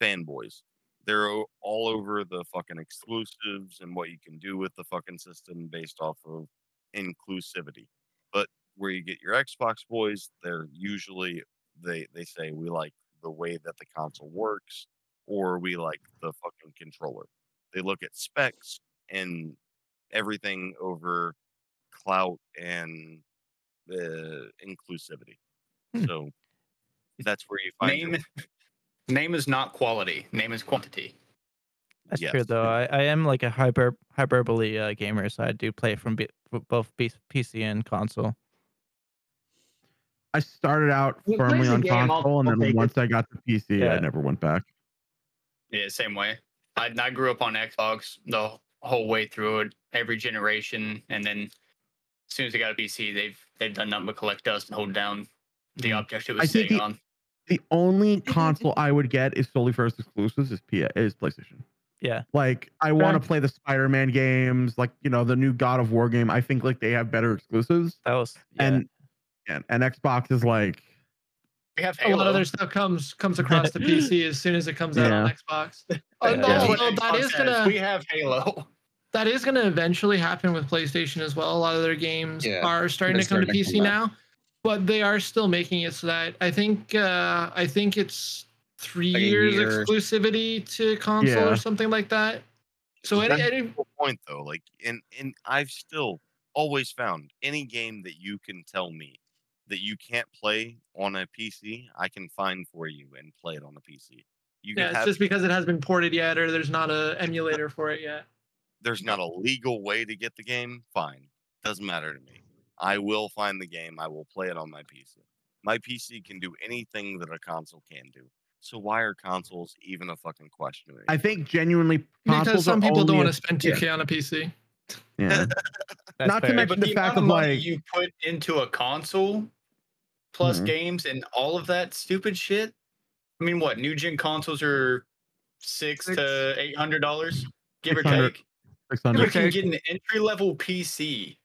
S5: fanboys. They're o- all over the fucking exclusives and what you can do with the fucking system based off of inclusivity. But where you get your Xbox boys, they're usually they they say we like the way that the console works or we like the fucking controller. They look at specs and everything over clout and the inclusivity.
S2: Hmm.
S5: So that's where you find your-
S7: Name, name is not quality. Name is quantity.
S2: That's true
S5: Yes.
S2: though. I, I am like a hyper hyperbole uh, gamer, so I do play from b- f- both B- PC and console.
S6: I started out
S8: Who plays
S6: firmly
S8: the
S6: on
S8: game? I'll-
S6: console,
S8: I'll
S6: and
S8: take
S6: then
S8: it.
S6: once I got to PC, I
S2: Yeah.
S6: never went back.
S7: Yeah, same way. I, I grew up on Xbox the whole way through it, every generation, and then as soon as I got a PC, they've they've done nothing but collect dust and hold down the object it was
S6: Hmm. I think
S7: sitting
S6: the-
S7: on.
S6: The only console I would get is solely for its exclusives is P- is PlayStation.
S2: Yeah.
S6: Like I want to play the Spider-Man games, like you know the new God of War game. I think like they have better exclusives,
S2: That was yeah.
S6: and, and and Xbox is like
S7: We have
S3: A lot
S7: Halo.
S3: of their stuff comes comes across to PC as soon as it comes out on Xbox. Oh,
S2: Yeah.
S3: no,
S2: That's
S7: what
S3: no, that
S7: Xbox
S3: is
S7: has.
S3: gonna
S7: We have Halo.
S3: that is going to eventually happen with PlayStation as well. A lot of their games
S9: Yeah,
S3: are starting
S9: they're
S3: to come to
S9: starting to
S3: PC
S9: come
S3: now, but they are still making it so that I think uh, I think it's three
S9: Like a
S3: years
S9: year.
S3: exclusivity to console
S6: Yeah.
S3: or something like that. So any,
S5: That's
S3: any
S5: the point though, like and and I've still always found any game that you can tell me that you can't play on a PC, I can find for you and play it on a PC.
S3: yeah,
S5: You can
S3: it's
S5: have
S3: just because it hasn't been ported yet, or there's not a emulator for it yet.
S5: there's not a legal way to get the game, fine. Doesn't matter to me. I will find the game. I will play it on my PC. My PC can do anything that a console can do. So why are consoles even a fucking question?
S6: I think genuinely
S3: Because
S6: consoles are
S3: some people
S6: only
S3: don't want
S6: a-
S3: to spend 2K on a PC.
S6: yeah.
S2: that's
S6: not to
S2: fair.
S6: mention-
S7: But
S6: the
S7: the,
S6: fact
S7: amount
S6: of,
S7: of money
S6: like-
S7: you put into a console plus
S6: Mhm.
S7: games and all of that stupid shit. I mean, what new gen consoles are six, to eight hundred dollars, give or
S6: 600.
S7: take.
S6: Six
S7: You
S6: hundred.
S7: can get an entry level PC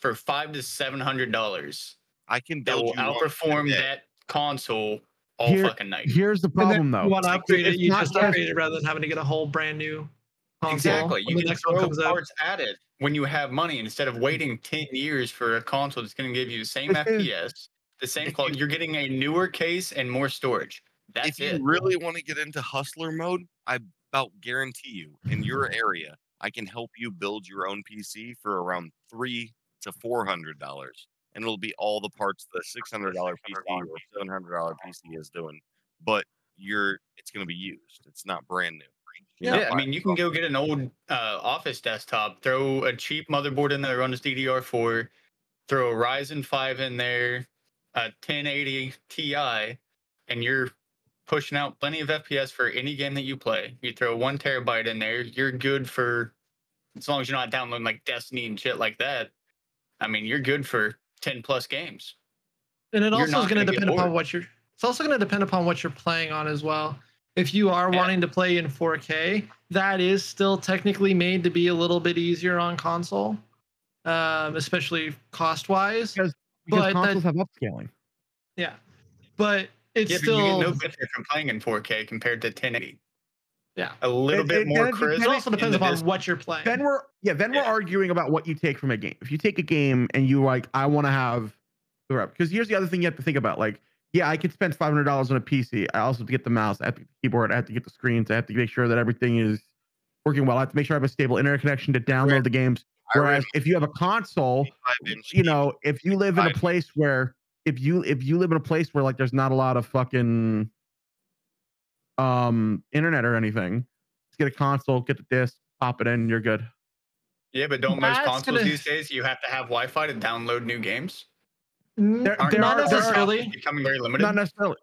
S7: for five to seven hundred dollars
S5: I can
S7: that
S5: build
S7: will
S5: you one
S7: outperform
S5: today.
S7: that console all
S6: Here-
S7: fucking night.
S6: Here's the problem
S3: You
S6: though.
S3: want to
S6: Like,
S3: upgrade it,
S6: it's
S3: you
S6: not
S3: just
S6: just-
S3: upgrade it rather than having to get a whole brand new console.
S7: Exactly. You
S3: when the
S7: can
S3: next one
S7: throw
S3: comes out.
S7: parts at it when you have money instead of waiting 10 years for a console that's going to give you the same
S6: This is-
S7: FPS, the same
S5: If
S7: clock.
S5: you-
S7: You're getting a newer case and more storage.
S5: if
S7: That's
S5: you
S7: it.
S5: really want to get into hustler mode, I about guarantee you in your area, I can help you build your own PC for around three to four hundred dollars, and it'll be all the parts the six hundred dollar PC or seven hundred dollar PC is doing, but you're it's going to be used. It's not brand new. You're
S7: Yeah,
S5: not
S7: I
S5: buying
S7: mean, you can go get an old uh, office desktop, throw a cheap motherboard in there, run this DDR4, throw a Ryzen 5 in there, a 1080 Ti, and you're pushing out plenty of FPS for any game that you play. You throw one terabyte in there, you're good for as long as you're not downloading like Destiny and shit like that. I mean, you're good for 10 plus games.
S3: and it
S7: you're
S3: also
S7: not
S3: is going
S7: gonna
S3: to
S7: get
S3: depend upon
S7: bored.
S3: what you're it's also going to depend upon what you're playing on as well if you are
S7: Yeah.
S3: wanting to play in 4k that is still technically made to be a little bit easier on console um, especially cost wise
S6: Because
S3: But that-
S6: consoles have upscaling.
S3: yeah but it's
S7: Yeah, but you
S3: still
S7: get no benefit from playing in 4K compared to 1080.
S3: Yeah.
S7: a little
S6: It-
S7: bit
S6: it
S7: more
S6: does
S7: crisp.
S3: It also
S7: in
S3: depends
S7: the
S3: upon
S7: distance.
S3: what you're playing.
S6: then we're yeah then we're
S7: Yeah.
S6: arguing about what you take from a game if you take a game and you like i want to have the rep because here's the other thing you have to think about like yeah i could spend $500 on a pc i also have to get the mouse i have to get the keyboard i have to get the screens i have to make sure that everything is working well i have to make sure i have a stable internet connection to download
S5: Right.
S6: the games
S5: I
S6: whereas if you have a console
S5: inch
S6: you know if you live in a
S5: Five.
S6: place where if you if you live in a place where like there's not a lot of fucking um internet or anything just get a console get the disc pop it in you're good
S7: Yeah, but don't most
S3: That's
S7: consoles
S3: gonna-
S7: these days you have to have Wi-Fi to download new games?
S3: N-
S6: There-
S7: Aren't
S6: there
S3: not
S6: are-
S7: consoles
S3: necessarily.
S7: becoming very limited.
S6: not necessarily.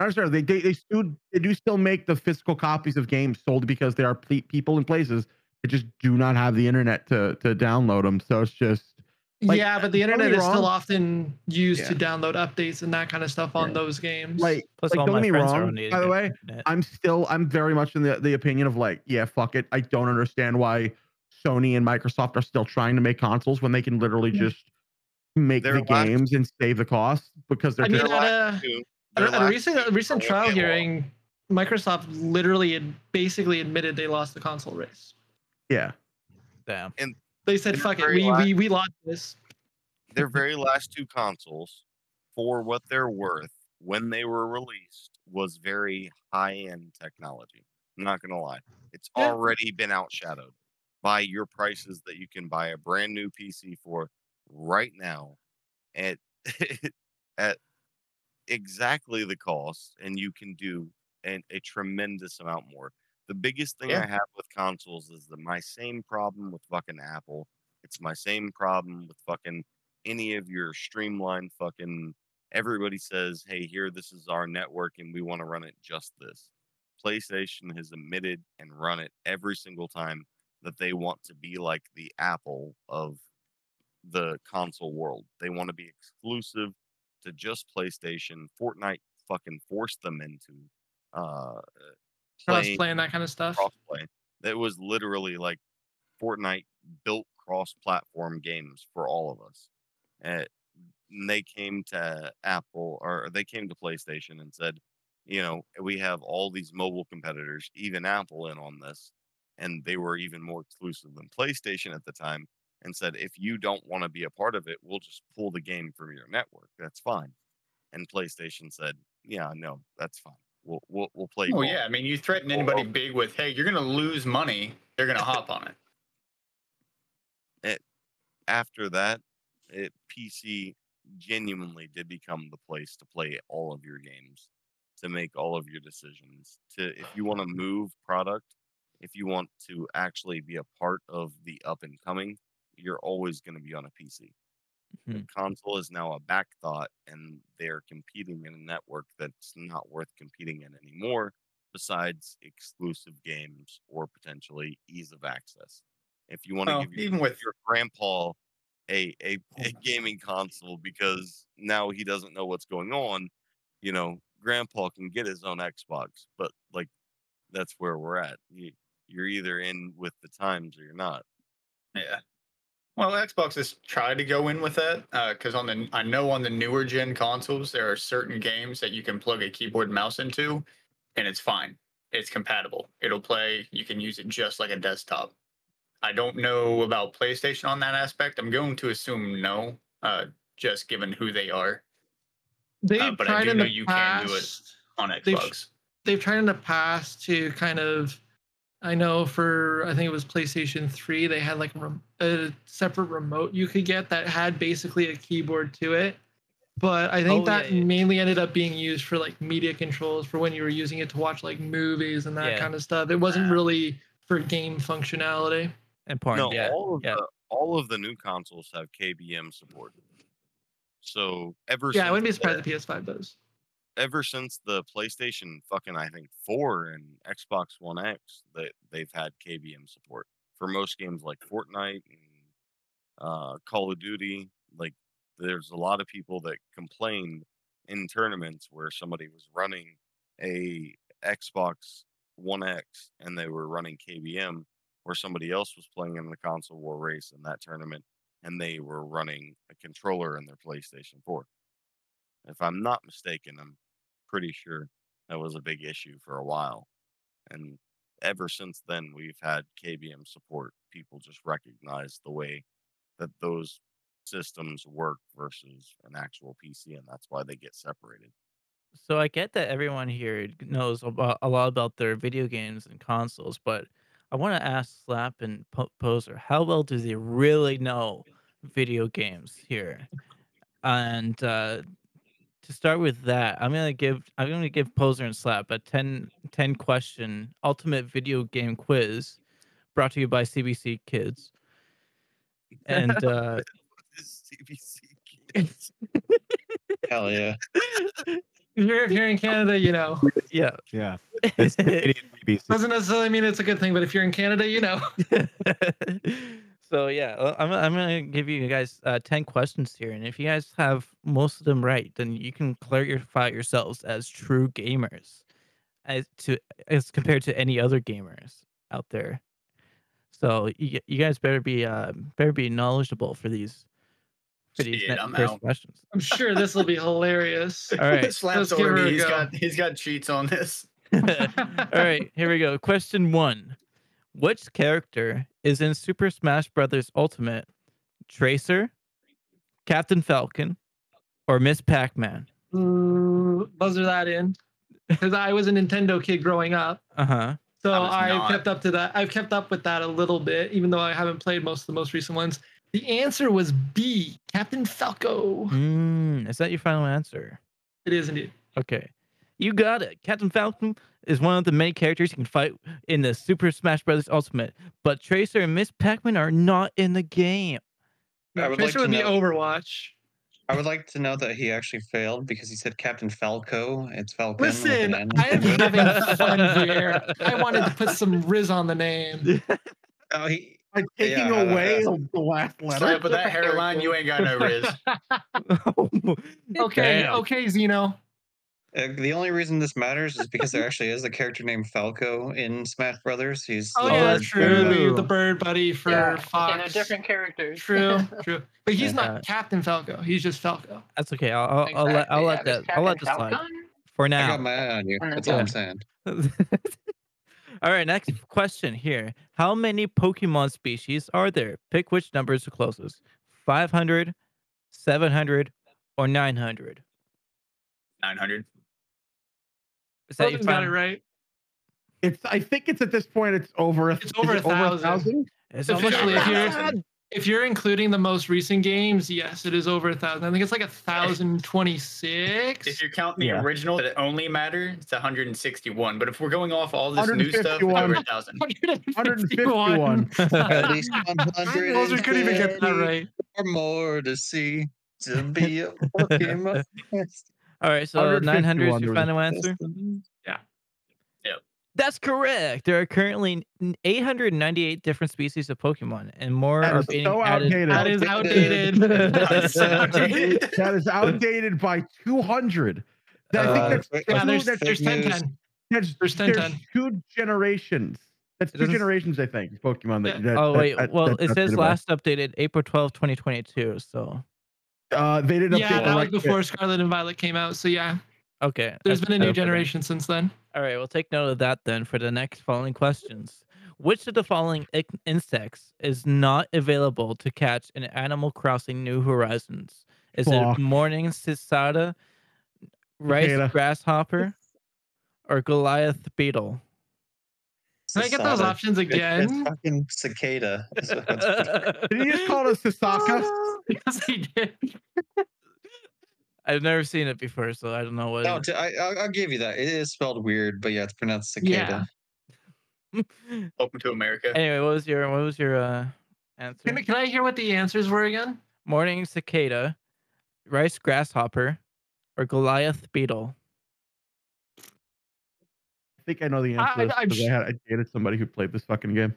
S6: Not necessarily. They, they, they, still, they do still make the physical copies of games sold because there are ple- people and places that just do not have the internet to, to download them. So it's just, Like,
S3: yeah, but the
S6: don't get me
S3: internet is still
S6: wrong.
S3: often used to
S6: Yeah.
S3: download updates and that kind of stuff on
S6: Yeah.
S3: those games.
S6: like,
S2: Plus,
S6: Like,
S2: all
S6: don't
S2: my
S6: get me
S2: friends are
S6: wrong,
S2: on the
S6: by the way,
S2: internet.
S6: I'm still, I'm very much in the, the opinion of like, yeah, fuck it. I don't understand why Sony and Microsoft are still trying to make consoles when they can literally
S3: Yeah.
S6: just make
S5: Their
S6: the
S5: last-
S6: games and save the cost because they're
S3: I mean,
S6: just,
S3: at a,
S5: too.
S3: at
S5: Their
S3: a, at a
S5: last
S3: recent a
S5: game
S3: recent
S5: for
S3: trial
S5: Halo.
S3: hearing, Microsoft literally ad- basically admitted they lost the console race.
S6: yeah.
S2: Damn.
S3: They said,
S5: It's
S3: "Fuck it,
S5: very
S3: we,
S5: la-
S3: we we lost this."
S5: their very last two consoles, for what they're worth when they were released, was very high end technology. I'm not gonna lie, it's
S3: Yeah.
S5: already been outshadowed by your prices that you can buy a brand new PC for right now at at exactly the cost, and you can do an, a tremendous amount more. The biggest thing
S7: Yeah.
S5: I have with consoles is the, my same problem with fucking Apple. It's my same problem with fucking any of your streamlined fucking everybody says, hey, here, this is our network and we want to run it just this. PlayStation has admitted and run it every single time that they want to be like the Apple of the console world. They want to be exclusive to just PlayStation. Fortnite fucking forced them into uh,
S3: Us playing that kind of stuff.
S5: crossplay. That was literally like Fortnite built cross-platform games for all of us. And it- and they came to Apple or they came to PlayStation and said, you know, we have all these mobile competitors, even Apple in on this, and they were even more exclusive than PlayStation at the time and said, if you don't want to be a part of it, we'll just pull the game from your network. That's fine. And PlayStation said, yeah, no, that's fine. We'll we'll, we'll play.
S7: Oh
S5: both."
S7: yeah, I mean, you threaten anybody big with, "Hey, you're gonna lose money," they're gonna hop on it.
S5: after that, it, PC genuinely did become the place to play all of your games, to make all of your decisions. To if you want to move product, if you want to actually be a part of the up and coming, you're always going to be on a PC. The
S7: Mm-hmm.
S5: console is now a back thought, and they're competing in a network that's not worth competing in anymore. Besides exclusive games or potentially ease of access, if you want to
S7: Well,
S5: give your
S7: even with Oh
S5: your grandpa a, a a gaming console because now he doesn't know what's going on. You know, grandpa can get his own Xbox, but like that's where we're at. You, you're either in with the times or you're not.
S7: Yeah. Well, Xbox has tried to go in with that because on the I know on the newer gen consoles there are certain games that you can plug a keyboard and mouse into, and it's fine. It's compatible. It'll play. You can use it just like a desktop. I don't know about PlayStation on that aspect. I'm going to assume no, uh, just given who they are
S3: They've
S7: Uh, but I
S3: tried
S7: do
S3: in
S7: know
S3: the
S7: you can do it.
S3: past.
S7: on
S3: They've-
S7: Xbox.
S3: They've tried in the past to kind of. I know for I think it was PlayStation 3, they had like a rem- a separate remote you could get that had basically a keyboard to it. But I think
S2: Oh,
S3: that
S2: yeah, yeah.
S3: mainly ended up being used for like media controls for when you were using it to watch like movies and that
S2: Yeah.
S3: kind of stuff. It wasn't really for game functionality.
S2: Important.
S5: no,
S2: yeah.
S5: all of
S2: yeah.
S5: the all of the new consoles have KBM support. So ever
S3: Yeah, I wouldn't be
S5: since the-
S3: surprised if PS5 does.
S5: ever since the PlayStation fucking I think four and Xbox One X that they've had KVM support for most games like Fortnite and uh, Call of Duty. Like there's a lot of people that complained in tournaments where somebody was running a Xbox One X and they were running KVM, or somebody else was playing in the console war race in that tournament and they were running a controller in their PlayStation 4. If I'm not mistaken, I'm pretty sure that was a big issue for a while. And ever since then, we've had KBM support. People just recognize the way that those systems work versus an actual PC, and that's why they get separated.
S2: So I get that everyone here knows about, a lot about their video games and consoles, but I want to ask Slap and Po- Poser, how well do they really know video games here? And uh, to start with that, I'm gonna give I'm gonna give Poser and Slap a 10, 10 question ultimate video game quiz, brought to you by CBC Kids. And uh,
S5: This CBC kids.
S9: Hell yeah.
S3: If you're, if you're in Canada, you know.
S2: yeah,
S10: Yeah. It's Canadian BBC.
S3: Doesn't necessarily mean it's a good thing, but if you're in Canada, you know.
S2: so yeah, uh, I'm I'm gonna give you guys uh, ten questions here, and if you guys have most of them right, then you can clarify yourselves as true gamers, as to as compared to any other gamers out there. So you, you guys better be uh, better be knowledgeable for these for these
S7: Shit,
S2: ne-
S7: I'm
S2: first
S7: out.
S2: questions.
S3: I'm sure this will be hilarious.
S2: All right,
S3: Let's
S7: Slaps
S3: give her
S7: Orby.
S3: a
S7: He's
S3: go.
S7: got he's got cheats on this.
S2: All right, here we go. Question one: Which character is in Super Smash Brothers Ultimate? Tracer, Captain Falcon, or Miss Pac-Man?
S3: Ooh, Mm, Buzzer that in. Because I was a Nintendo kid growing up.
S2: Uh
S9: Uh-huh.
S2: huh.
S3: So
S7: I was
S3: I've
S7: not.
S3: kept up to that. I've kept up with that a little bit, even though I haven't played most of the most recent ones. The answer was B, Captain Falco.
S2: Mm, is that your final answer?
S3: It is indeed.
S2: Okay, you got it. Captain Falcon is one of the many characters you can fight in the Super Smash Brothers Ultimate, but Tracer and Miss Pac-Man are not in the game.
S9: I
S3: No,
S9: would
S3: Tracer
S9: like
S3: would
S9: to
S3: be
S9: know-
S3: Overwatch.
S9: I would like to know that he actually failed because he said Captain Falco. It's Falcon. with
S3: Listen,
S9: an N.
S3: I am having fun here. I wanted to put some Riz on the name.
S9: Oh, he,
S6: By taking
S9: Yeah, that-
S6: away
S9: that's-
S6: the last letter.
S7: Slap with that hairline, you ain't got no riz.
S3: Okay,
S2: Damn.
S3: okay, Zeno.
S9: uh, the only reason this matters is because there actually is a character named Falco in Smash Brothers. He's
S3: Oh,
S9: the
S3: yeah,
S9: large uh,
S3: that's true.
S2: true.
S3: The, the bird buddy for
S8: Yeah,
S3: Fox.
S8: And they're different characters.
S3: True, true. But he's
S2: Yeah.
S3: not Captain Falco. He's just Falco.
S2: That's okay. I'll I'll, I'll let I'll let that I'll let this slide for
S9: I
S2: now.
S9: got my eye on you.
S8: And
S9: That's
S8: that's
S9: all I'm
S2: it.
S9: saying.
S2: All right, next question here. How many Pokemon species are there? Pick which number is the closest 500, 700, or 900.
S7: Nine hundred.
S2: Is that your
S3: Something's got it
S2: final?
S3: right.
S6: It's. I think it's at this point. It's over. A,
S3: It's over
S6: is
S3: a
S6: it
S3: thousand.
S2: It's
S3: Officially, if you're-
S2: thousand.
S3: If you're including the most recent games, yes, it is over a thousand. I think it's like a thousand
S7: If
S3: twenty-six.
S7: you're counting the
S6: Yeah.
S7: original that only matter, it's 161. But if we're going off all this new stuff, it's
S6: 151.
S7: over a thousand.
S6: 151.
S9: At least 100.
S3: Bowser couldn't even get that right.
S9: Or more to see to be a Pokemon.
S2: All right, so 900 is
S6: 151
S2: your
S6: was-
S2: final answer? That's correct. There are currently n- 898 different species of Pokemon, and more
S6: That
S2: are
S6: is
S2: being
S6: so
S2: added.
S6: outdated.
S3: That is outdated.
S2: outdated.
S6: that is outdated by 200. That- I
S2: Uh,
S6: think that's,
S3: yeah,
S6: two-
S3: there's
S6: that's,
S3: there's ten
S9: news.
S3: ten.
S6: that's-
S3: There's ten
S6: there's
S3: ten.
S6: two generations. That's
S2: It
S6: two
S2: doesn't s-
S6: generations, I think. Pokemon. That,
S3: Yeah.
S6: that-
S2: Oh,
S6: that-
S2: wait.
S6: that-
S2: Well,
S6: that's
S2: it says
S6: updated by.
S2: last updated April 12, 2022. So,
S6: Uh, they didn't update
S3: Yeah,
S6: the
S3: that was
S6: right-
S3: before Scarlet and Violet came out. So yeah,
S2: okay.
S3: there's
S2: that's
S3: been a new
S2: better for them.
S3: generation since then.
S2: All right, we'll take note of that then for the next following questions. Which of the following ic- insects is not available to catch in Animal Crossing New Horizons? Is
S6: Fuck.
S2: it morning cicada, rice
S6: Cicada.
S2: grasshopper, or Goliath beetle?
S3: Can I get those options
S9: It's
S3: again?
S9: fucking cicada. is what it's-
S6: Did you just call it a Sasaka?
S3: Yes, he did.
S2: I've never seen it before, so I don't know what.
S9: No, t- I, I'll, I'll give you that. It is spelled weird, but yeah, it's pronounced
S3: Yeah.
S9: cicada.
S2: it-
S7: Welcome to America.
S2: anyway, what was your what was your uh, answer?
S3: Can, can I hear what the answers were again?
S2: Morning cicada, rice grasshopper, or Goliath beetle?
S6: I think I know the
S3: I-
S6: answer. to this
S3: I'm
S6: 'cause
S3: sh-
S6: I, had, I dated somebody who played this fucking game.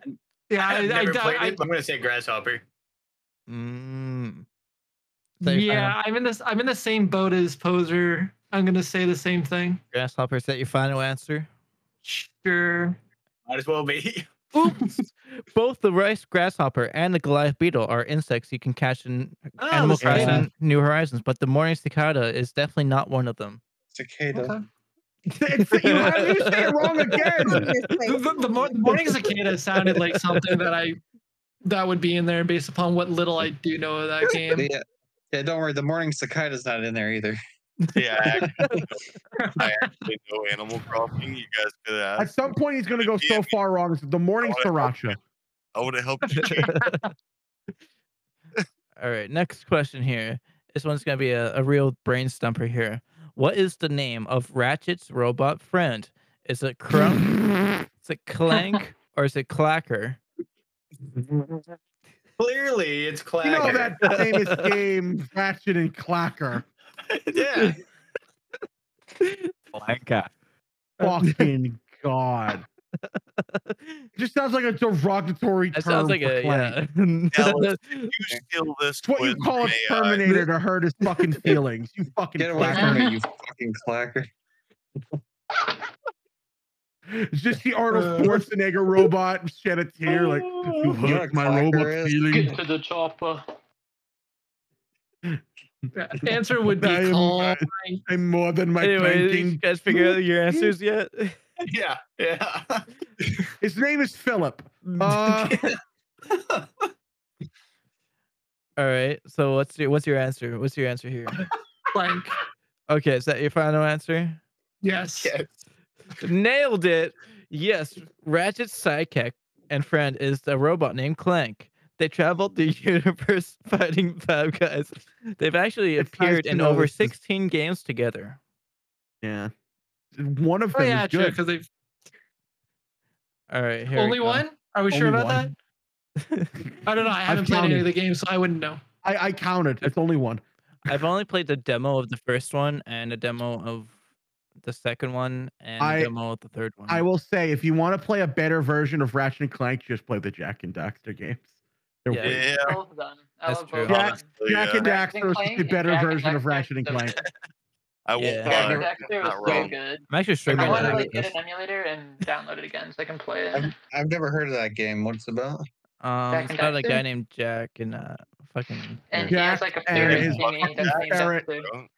S3: Yeah, I,
S7: I've
S3: I,
S7: never played
S3: I,
S7: it. but I'm gonna say grasshopper.
S2: Mm. Is that your final
S3: yeah, I'm in this. I'm in the same boat as Poser. I'm gonna say the same thing.
S2: Grasshopper, is that your final answer?
S3: Sure.
S7: Might as well be.
S2: Oops. Both the rice grasshopper and the Goliath beetle are insects you can catch in
S1: Oh,
S2: Animal
S1: that's right.
S2: Crossing New Horizons, but the morning cicada is definitely not one of them.
S9: Cicada.
S6: It's- you have you say it wrong again.
S3: The, the, the, mo- the morning cicada sounded like something that I that would be in there based upon what little I do know of that game.
S9: Yeah. Yeah, don't worry. The morning cicada's not in there either.
S5: Yeah, I actually, I actually know Animal Crossing. You guys could
S6: At
S5: ask.
S6: some point, he's going to go so far wrong. It's the morning sriracha.
S5: I would have helped you. Change.
S2: All right, next question here. This one's gonna be a, a real brain stumper here. What is the name of Ratchet's robot friend? Is it Crump? is it Clank? Or is it Clacker?
S7: Clearly, it's
S6: You
S7: classic.
S6: know that famous game, Ratchet and Clacker.
S7: yeah.
S10: Blanca.
S6: Fucking God. Just sounds like a derogatory
S2: That
S6: term.
S2: sounds like
S6: for
S2: a
S6: Clank.
S2: yeah.
S5: You steal this
S6: It's what you
S5: quiz
S6: call a
S5: from AI.
S6: Terminator to hurt his fucking feelings. You fucking
S9: Get away
S6: clacker.
S9: from me, you fucking clacker.
S6: It's just the Arnold Schwarzenegger robot shed a tear like you
S9: know
S6: hurt
S9: what
S6: my
S9: clacker
S6: robot
S9: is?
S6: feelings.
S8: Get to the chopper.
S3: The answer would be
S6: I am-
S3: call.
S6: I'm more than my
S2: Anyway, you
S6: thinking.
S2: guys figure out your answers yet?
S7: Yeah. Yeah.
S6: His name is Philip. Uh,
S2: All right. So what's your what's your answer? What's your answer here?
S3: Blank.
S2: Okay, is that your final answer?
S3: Yes.
S7: yeah.
S2: Nailed it. Yes, Ratchet's sidekick and friend is a robot named Clank. They traveled the universe fighting bad guys. They've actually
S6: It's nice
S2: appeared
S6: to
S2: in
S6: know
S2: over
S6: this is-
S2: 16 games together.
S6: yeah. One of
S3: Oh
S6: them
S3: yeah,
S6: is
S3: true.
S6: good.
S3: Because they've
S2: All right, here we
S3: only
S2: go.
S3: one. Are we sure
S6: Only
S3: about
S6: one.
S3: that? I don't know. I haven't played any
S6: counted.
S3: of the games, so I wouldn't know.
S6: I, I counted. It's only one.
S2: I've only played the demo of the first one and a demo of the second one and
S6: I-
S2: a demo of the third one.
S6: I will say, if you want to play a better version of Ratchet and Clank, just play the Jack and Daxter games. They're
S2: Yeah.
S6: way-
S5: Yeah,
S8: I love them. I
S2: That's
S8: love
S2: true.
S8: both of
S6: Yeah.
S8: them.
S6: Jack and
S5: yeah.
S8: Ratchet and
S6: Daxter is just
S8: Clank
S6: a
S8: and
S6: better
S8: Jack and
S6: version of
S8: Daxter.
S6: Ratchet and Clank.
S5: I won't
S2: Yeah.
S8: Jack
S5: lie.
S8: and Daxter was
S5: Not
S8: so
S5: wrong.
S8: good.
S2: I'm actually
S8: I
S2: streaming
S8: want to
S2: that.
S8: like get an emulator and download it again so I can play it.
S9: I've, I've never heard of that game. What's it about?
S2: Um,
S8: Jack
S2: it's
S8: and
S2: about a guy
S8: Daxter.
S2: named Jack and uh, fucking.
S8: And he has
S6: Jack
S8: like a
S6: and
S8: favorite
S5: his
S8: thingy that's
S6: fucking
S8: named
S6: ferret.
S8: after.
S5: Bro,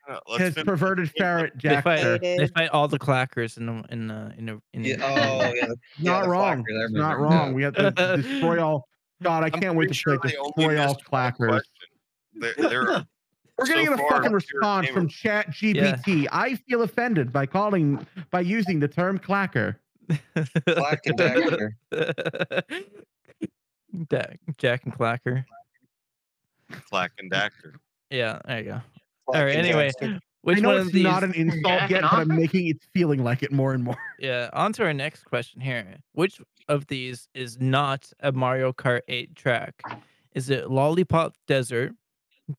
S5: yeah, uh, let's
S6: His
S5: finish
S6: perverted
S5: this game.
S6: ferret
S2: They
S6: Jackster.
S2: fight,
S4: Jack-
S2: they fight all the clackers in the in the in the, in the
S9: Yeah, oh, yeah. the- yeah,
S6: Not
S9: the
S6: wrong.
S9: clacker, I
S6: It's not
S9: remember now.
S6: wrong. We have to destroy all. God, I
S5: I'm
S6: can't wait
S5: pretty
S6: to
S5: sure
S6: play
S5: they only
S6: destroy all
S5: missed one
S6: clackers.
S5: question. There, there are-
S6: We're
S5: so
S6: getting a
S5: far,
S6: fucking
S5: your
S6: response
S5: game
S6: from
S5: is-
S6: Chat GPT. I feel offended by calling by using the term clacker.
S9: Black and Daxter.
S2: Jack, Jack and Clacker.
S5: Clack and Daxter.
S2: Yeah, there you go.
S9: Black
S2: All right.
S9: and
S2: Anyway,
S9: Daxter.
S2: which
S6: I know
S2: one
S6: it's
S2: of these?
S6: not an insult
S8: Jack
S6: yet,
S8: and
S6: but I'm
S8: Offer?
S6: making it feeling like it more and more.
S2: yeah. On to our next question here. Which of these is not a Mario Kart 8 track? Is it Lollipop Desert,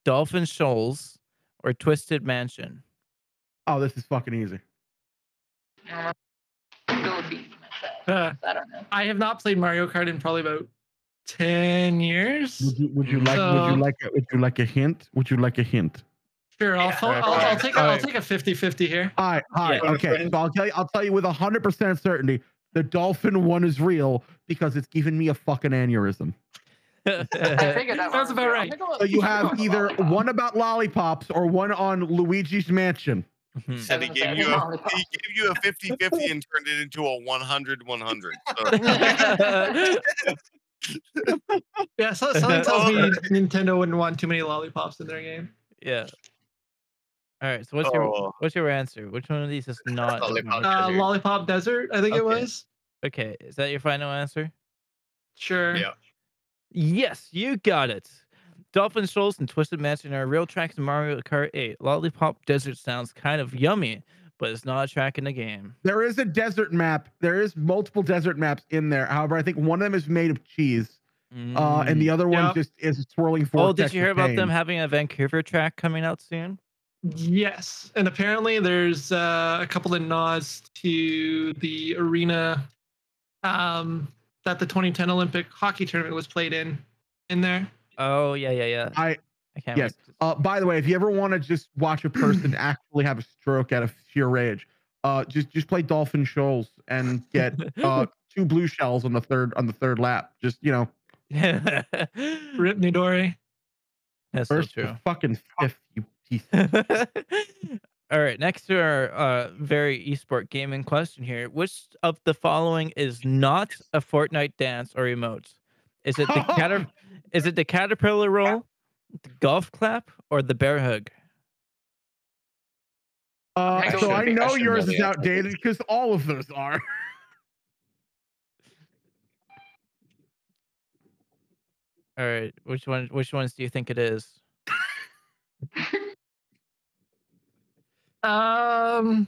S2: Dolphin Shoals, or Twisted Mansion?
S6: Oh, this is fucking easy.
S8: Uh, Philippines.
S3: Uh,
S8: I don't know.
S3: I have not played Mario Kart in probably about ten years.
S6: Would you, would you like? would
S3: So-
S6: you like? A, would you like a hint? Would you like a hint?
S3: Sure, I'll,
S7: Yeah.
S3: fo- I'll, I'll take I'll take a 50-50 here.
S6: All right, all right,
S7: Yeah.
S6: okay. So I'll tell you. I'll tell you with hundred percent certainty, the dolphin one is real because it's giving me a fucking aneurysm.
S8: I figured that
S3: Sounds
S8: one was
S3: about
S8: real.
S3: right.
S8: I'm gonna go-
S6: So you
S8: I'm gonna
S6: have
S8: go with
S6: either
S8: Lollipop.
S6: one about lollipops or one on Luigi's Mansion.
S2: Mhm.
S5: Said he
S8: Seven
S5: gave you
S8: seconds.
S5: a he gave you a 50 50 and turned it into a 100 100. So,
S3: Yeah, so, something tells me Nintendo wouldn't want too many lollipops in their game.
S2: yeah. All right. So what's your
S5: oh,
S2: what's your answer? Which one of these is not? a
S7: Lollipop.
S2: Mario-
S3: Uh,
S7: Desert.
S3: Lollipop Desert, I think
S2: Okay.
S3: it was.
S2: Okay, is that your final answer?
S3: Sure.
S7: Yeah.
S2: Yes, you got it. Dolphin Shoals and Twisted Mansion are real tracks in Mario Kart 8. Lollipop Desert sounds kind of yummy, but it's not a track in the game.
S6: There is a desert map. There is multiple desert maps in there. However, I think one of them is made of cheese,
S2: Mm.
S6: uh, and the other one
S3: Yep.
S6: just is a swirling
S2: oh,
S6: vortex.
S2: did you hear
S6: of
S2: about
S6: pain.
S2: them having a Vancouver track coming out soon?
S3: Yes, and apparently there's uh, a couple of nods to the arena um, that the 2010 Olympic hockey tournament was played in. In there,
S2: Oh yeah, yeah, yeah.
S6: I-
S2: I can't.
S6: yes.
S2: wait.
S6: Uh, by the way, if you ever want to just watch a person actually have a stroke out of sheer rage, uh, just just play Dolphin Shoals and get uh, two blue shells on the third on the third lap. Just you know,
S2: Hmm.
S3: Rip Nidori.
S2: That's so
S6: uh, first to
S2: true.
S6: fucking fifth. You piece.
S2: All right, next to our uh, very esport gaming question here. Which of the following is not a Fortnite dance or emotes? Is it the cater- is it the caterpillar roll, the golf clap, or the bear hug?
S8: I
S6: Uh,
S8: don't
S6: so I
S8: think I
S6: know
S9: should
S6: yours
S9: know
S6: is
S9: the answer.
S6: outdated because all of those are.
S2: All right, which one which ones do you think it is?
S3: Um,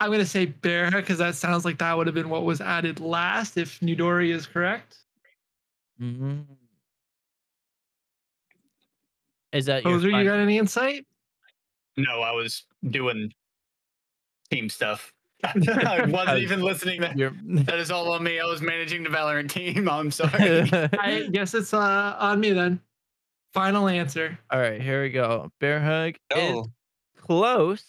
S3: I'm gonna say bear because that sounds like that would have been what was added last. If Nidori is correct, Mm-hmm.
S2: Mm. Is that your
S3: Poser, you
S2: fin-
S3: got any insight?
S7: No, I was doing team stuff. I wasn't even listening. That,
S2: your-
S7: that is all on me. I was managing the Valorant team. I'm sorry.
S3: I
S2: All
S3: guess it's uh, on me then. Final answer.
S2: right, here we go. Bear hug
S9: No,
S2: is close.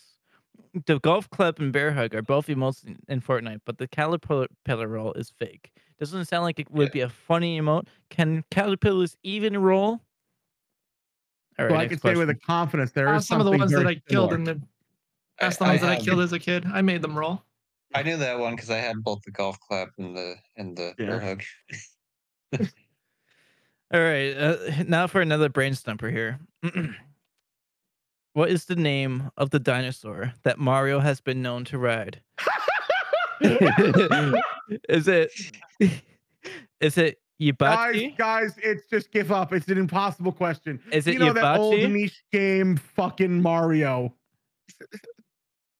S2: The golf club and bear hug are both emotes in, in Fortnite, but the caterpillar pillar roll is fake. Doesn't sound like it would be a funny emote. Can caterpillars even roll? All right,
S6: so I
S2: next
S6: can say with a
S2: question.
S6: confidence there is
S3: Uh, some of the
S6: something
S3: ones that
S6: very
S3: I killed
S6: similar.
S3: in the that's the
S9: I, I,
S3: ones that I
S9: have-
S3: killed as a kid. I made them roll.
S9: I knew that one because I had both the golf clap and the and the
S6: Yeah.
S9: bear hug.
S2: All right, uh, now for another brain stumper here. what is the name of the dinosaur that Mario has been known to ride? is it is it
S6: Guys,
S2: Yubachi?
S6: guys, it's just give up. It's an impossible question.
S2: Is it
S6: you know that old
S2: Hibachi?
S6: niche game, fucking Mario.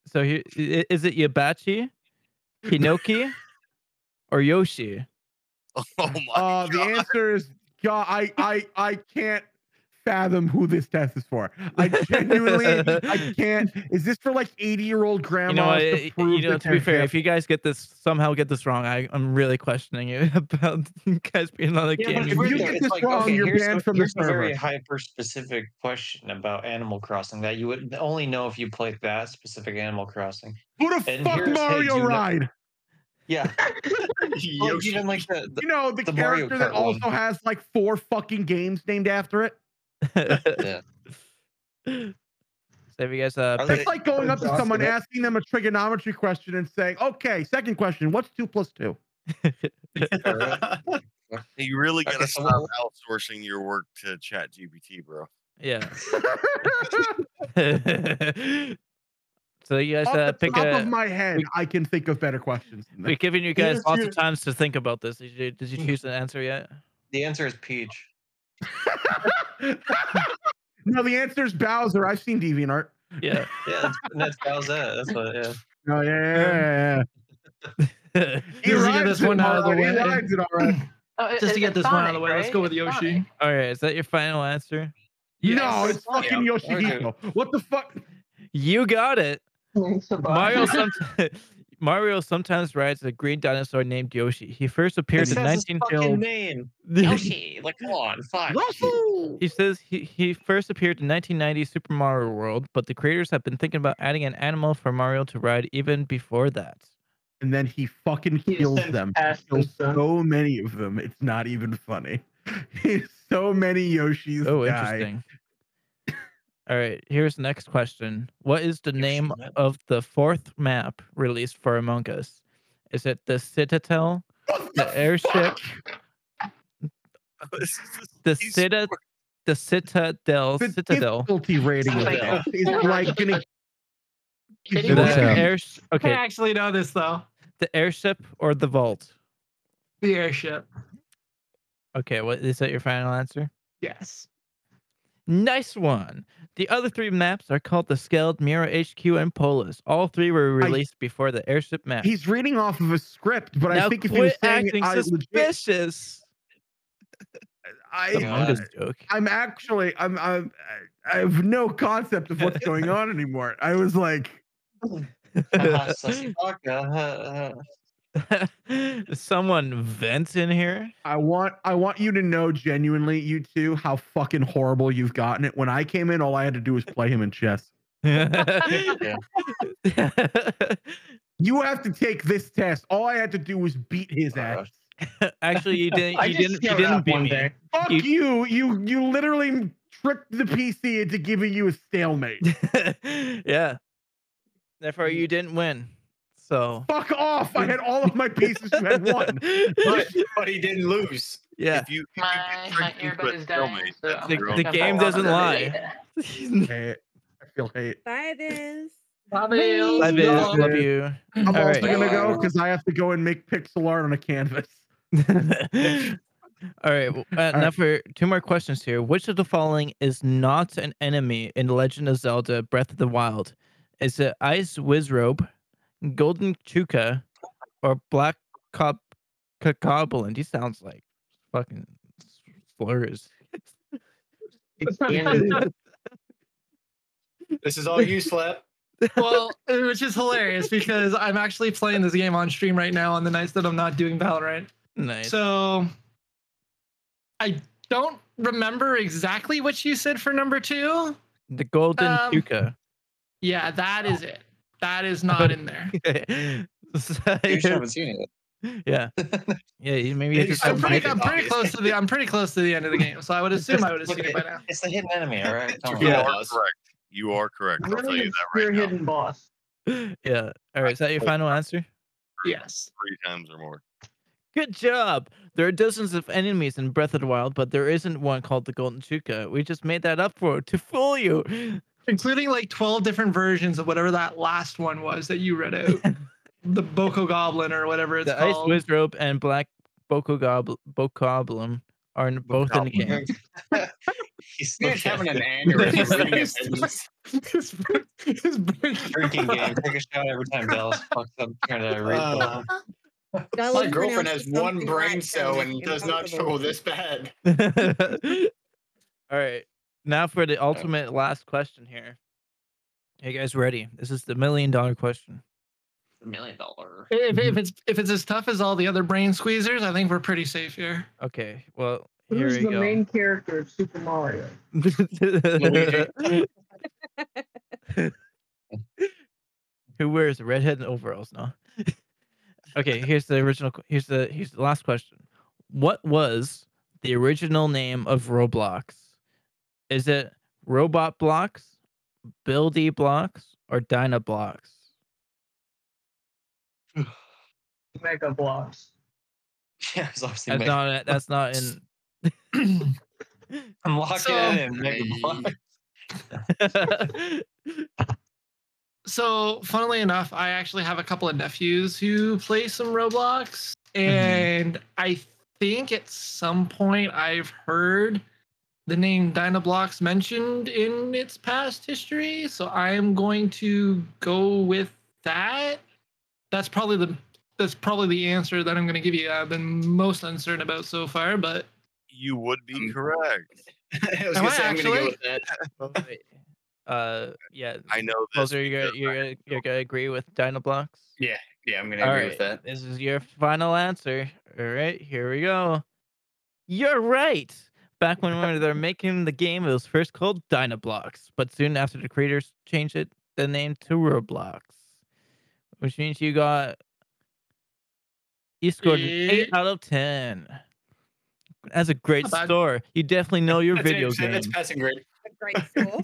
S2: So here, i- is it Yubachi, Hinoki, or Yoshi?
S5: Oh my
S6: Uh, the
S5: god!
S6: answer is God. I, I, I can't fathom who this test is for. I genuinely, I can't. Is this for like eighty-year-old
S2: You know,
S6: grandmas
S2: what,
S6: to
S2: i-
S6: prove
S2: you know.
S6: that
S2: To be
S6: they're
S2: fair,
S6: hip?
S2: if you guys get this somehow get this wrong, I, I'm really questioning you about you guys being on the
S9: Yeah, but
S2: game.
S6: if
S9: we're
S6: you
S9: there.
S6: get
S9: It's
S6: this wrong, you're
S9: here's
S6: banned
S9: a,
S6: from the
S9: here's a very
S6: server.
S9: hyper specific question about Animal Crossing that you would only know if you played that specific Animal Crossing.
S6: who the
S9: and
S6: fuck
S9: here's how
S6: Mario
S9: you know-
S6: ride?
S9: Yeah, well,
S7: Yoshi.
S9: even like the, the
S6: You know the,
S9: the Mario
S6: character that
S9: Kart one.
S6: also has like four fucking games named after it.
S2: So if you guys uh,
S9: Are
S2: pick-
S9: they-
S6: That's like going up to
S9: Exhausted
S6: someone,
S9: it.
S6: asking them a trigonometry question, and saying, "Okay, second question, what's two plus two?
S5: you really gotta
S9: Okay, so
S5: stop outsourcing your work to ChatGPT, bro.
S2: yeah. so you guys
S6: Off
S2: uh,
S6: the
S2: pick
S6: top
S2: a.
S6: of my head, I can think of better questions. than that.
S2: We've given you guys
S9: Here's
S2: lots
S9: your-
S2: of times to think about this. Did you, did
S6: Hmm.
S2: you choose an answer yet?
S9: the answer is Peach.
S6: no, the answer is Bowser. I've seen DeviantArt.
S2: Yeah.
S9: Yeah, that's, and that's Bowsette. That's what. Yeah.
S6: Oh yeah, yeah, yeah,
S2: All
S6: yeah. He
S3: Just to get
S6: rides
S3: this
S6: it
S3: one out of the
S6: alright,
S3: way.
S6: He rides it all right.
S8: Oh, it-
S3: Just
S8: it-
S3: to get
S8: it's
S3: this one out
S8: Sonic,
S3: of the way, let's
S8: right?
S3: go with
S8: It's
S3: Yoshi.
S8: Sonic.
S2: right. Is that your final answer?
S6: No,
S3: Yes.
S6: it's fucking Yoshihiko. What the fuck?
S2: You got it. Mario, some- Mario sometimes rides a green dinosaur named Yoshi. He first appeared
S9: It
S2: in
S9: says
S2: 19
S9: his fucking name. Yoshi. Like, come on, fuck.
S2: He says he, he first appeared in 1990 Super Mario World, but the creators have been thinking about adding an animal for Mario to ride even before that.
S6: And then he fucking
S8: He
S6: kills
S8: sends
S6: them. He
S8: past
S6: kills
S8: his son.
S6: so many of them. It's not even funny. so many Yoshis
S2: Oh,
S6: die.
S2: interesting. All right, here's the next question. What is the name
S9: map.
S2: of the fourth map released for Among Us? Is it the Citadel,
S6: What
S2: the Airship,
S5: This is-
S2: the
S5: He's-
S2: Cita, the Citadel,
S6: The
S2: Citadel,
S6: difficulty rating of
S8: Citadel.
S6: that is like gonna
S8: Kitty
S2: the
S6: Citadel.
S8: Walker.
S2: Airsh?
S3: I
S2: Okay,
S3: actually know this though.
S2: the Airship or the Vault?
S3: The airship.
S2: Okay, what is that? Your final answer?
S3: Yes.
S2: Nice one. The other three maps are called the Scaled, Mira HQ, and Polis. All three were
S6: I-
S2: released before the airship map.
S6: he's reading off of a script, but
S2: now
S6: I think if
S2: quit
S6: he was saying it,
S2: acting
S6: I legit,
S2: suspicious.
S6: I,
S2: The
S9: Yeah.
S2: longest joke.
S6: I'm actually I'm I'm I have no concept of what's going on anymore. I was like,
S9: uh, Sasaka.
S2: Someone vents in here.
S6: I want I want you to know genuinely, you two, how fucking horrible you've gotten it. When I came in, all I had to do was play him in chess. You have to take this test. All I had to do was beat his ass.
S2: Actually, you didn't.
S3: I
S2: You
S3: just
S2: didn't. You
S3: showed
S2: didn't
S3: up
S2: beat
S3: one
S2: me.
S3: day.
S6: Fuck
S2: You-
S6: you, you, you, literally tricked the PC into giving you a stalemate.
S2: yeah. Therefore,
S3: Mm.
S2: you didn't win. So.
S6: Fuck off! I had all of my pieces. You had one.
S7: But, but he didn't lose.
S2: yeah.
S5: If you, if you
S8: My,
S5: get
S8: my
S5: tricked
S8: earbud
S5: into a
S8: is dying.
S5: stalemate,
S8: So
S5: that's
S8: I'm
S2: The-
S5: your
S8: gonna
S5: own
S2: the
S8: jump
S2: game
S8: on
S2: doesn't
S8: another
S2: lie.
S8: data.
S6: Hey, I feel hate.
S4: Bye, Biz.
S3: Bobby,
S2: Love you.
S6: Love
S2: Love
S6: it.
S2: you.
S6: I'm
S2: All
S6: also
S2: right.
S6: gonna go because I have to go and make pixel art on a canvas.
S2: All right. well, Uh, now for two more questions here. Which of the following is not an enemy in Legend of Zelda: Breath of the Wild? Is it Ice Wizrobe, Golden Chuka, or Black Cop Cacoblin? He sounds like fucking slurs.
S7: This is all you slept.
S3: well, which is hilarious because I'm actually playing this game on stream right now on the nights that I'm not doing Valorant.
S2: nice.
S3: So I don't remember exactly what you said for number two.
S2: the Golden
S3: um,
S2: Chuka.
S3: Yeah, that is it. That is
S2: Oh.
S3: not in there.
S9: You just
S2: So-
S9: haven't seen it.
S2: yeah. Yeah. you- Maybe you
S7: It's
S2: just
S7: so
S3: I'm
S2: don't like
S3: pretty,
S2: it.
S3: I'm pretty close to the. I'm pretty close to the end of the game, so I would assume I would have
S9: Look
S3: seen
S9: at
S3: it
S9: it.
S3: by now.
S9: It's the hidden enemy, all right? Come on.
S5: You
S7: Yeah.
S5: are correct. You are correct. I'll tell you that right now.
S8: hidden boss.
S2: yeah. All right. Is that your final answer?
S3: Yes.
S5: Three times or more.
S2: Good job. There are dozens of enemies in Breath of the Wild, but there isn't one called the Golden Chuka. We just made that up for to fool you.
S3: including like 12 different versions of whatever that last one was that you read out the boko goblin or whatever it's
S2: the Ice
S3: called
S2: Wizrobe and Black Boko Gobl- Bokoblin are n- both in the game.
S9: He's
S7: This man's having an aneurysm reading his sentence.
S3: His brain- his brain-
S9: drinking game. Take a shot every time Dallas fucks up trying to read.
S7: Uh,
S4: Gotta
S7: my
S4: let me
S7: girlfriend
S4: pronounce
S7: has one
S4: something
S7: brain
S4: right,
S7: cell
S4: sounds
S7: and does not
S4: impossible.
S7: struggle this bad.
S2: All right. Now for the ultimate last question here. Are you guys ready? This is the million dollar question.
S9: million dollar.
S3: if, if it's if it's as tough as all the other brain squeezers i think we're pretty safe here
S2: Okay. Well, here we go.
S8: character of Super Mario?
S2: Who wears redhead and overalls now? okay, here's the original. qu- Here's the here's the last question. What was the original name of Roblox? Is it Robot Blocks, Buildy Blocks, or Dyna Blocks?
S8: Mega blocks.
S9: Yeah, it's obviously
S2: That's
S9: mega.
S2: not. That's not in.
S9: I'm locking
S3: So-
S9: it in. Mega block.
S3: so funnily enough i actually have a couple of nephews who play some roblox and i think at some point i've heard the name dynablox mentioned in its past history so i'm going to go with that that's probably the that's probably the answer that i'm going to give you i've been most uncertain about so far but
S5: You would be
S7: Um,
S5: correct.
S7: I was
S3: Am
S7: gonna
S3: I
S7: say, I'm gonna go
S3: actually?
S7: with that.
S2: uh, yeah.
S5: I know this.
S2: Closer, you're,
S5: because
S2: gonna- you're, gonna- you're gonna agree with Dyna Blocks.
S7: Yeah, I'm gonna
S2: All
S7: agree
S2: right,
S7: with that.
S2: this is your final answer. All right, here we go. You're right. Back when we were making the game, it was first called Dynablocks, but soon after the creators changed it the name to Roblox, which means you got you scored an eight
S3: Eight.
S2: out of ten. That's a great
S3: Not bad.
S2: score. You definitely know your
S7: That's an
S2: video
S7: ex-
S2: game.
S7: That's passing grade.
S4: A great school.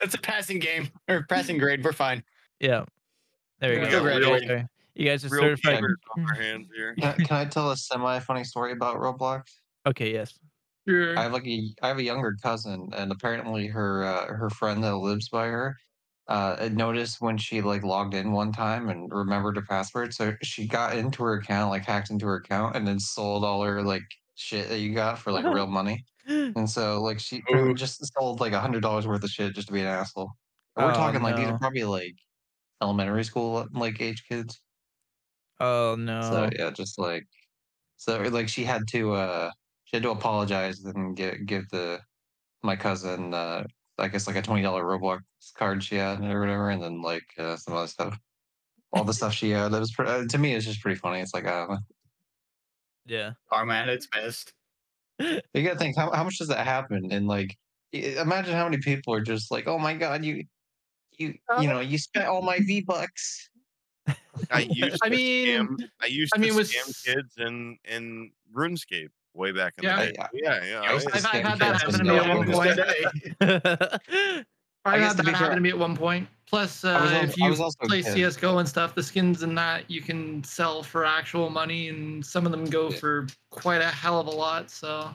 S7: That's a passing game or passing grade. We're fine.
S2: Yeah, there you
S7: Yeah,
S2: go.
S7: real-
S2: Sorry. You guys are
S5: Real
S2: certified.
S5: gamers on our hands here.
S9: Can, can I tell a semi funny story about Roblox?
S2: Okay, yes.
S3: sure.
S2: Mm-hmm.
S9: I have like a I have a younger cousin, and apparently her uh, her friend that lives by her uh, had noticed when she like logged in one time and remembered her password, so she got into her account, like hacked into her account, and then sold all her like shit that you got for like real money. And so like she apparently
S2: Oh.
S7: Ooh.
S9: just sold like a hundred dollars worth of shit just to be an asshole. And we're
S2: Oh,
S9: talking like these
S2: no.
S9: are probably like elementary school like age kids.
S2: Oh no.
S9: So yeah, just like so like she had to uh she had to apologize and get give the my cousin uh I guess like a twenty dollar Roblox card she had or whatever, and then like uh, some other stuff. All the stuff she had that was pre- uh, to me it's just pretty funny. It's like uh,
S2: Yeah.
S7: Karma at its best.
S9: you gotta think how how much does that happen and like i- imagine how many people are just like oh my god you you you know you spent all my V bucks
S5: I used
S3: I
S5: to
S3: mean,
S5: scam. I used
S3: I mean,
S5: to
S3: with-
S5: scam kids in in RuneScape way back in
S3: Yeah.
S5: the day. Yeah, yeah.
S9: I was
S5: I-
S3: I've had,
S9: Scam
S3: had that
S9: kids
S3: happen to
S9: is
S3: me
S9: no
S3: at one
S9: longer
S3: point.
S2: yeah,
S3: I had
S7: guess to
S3: that
S7: be fair-
S3: happen to me at one point. Plus, uh,
S9: was al-
S3: if
S9: I
S3: you
S9: was also a
S3: play
S9: kid.
S3: CS:GO and stuff, the skins and that you can sell for actual money, and some of them go
S9: Yeah.
S3: for quite a hell of a lot. So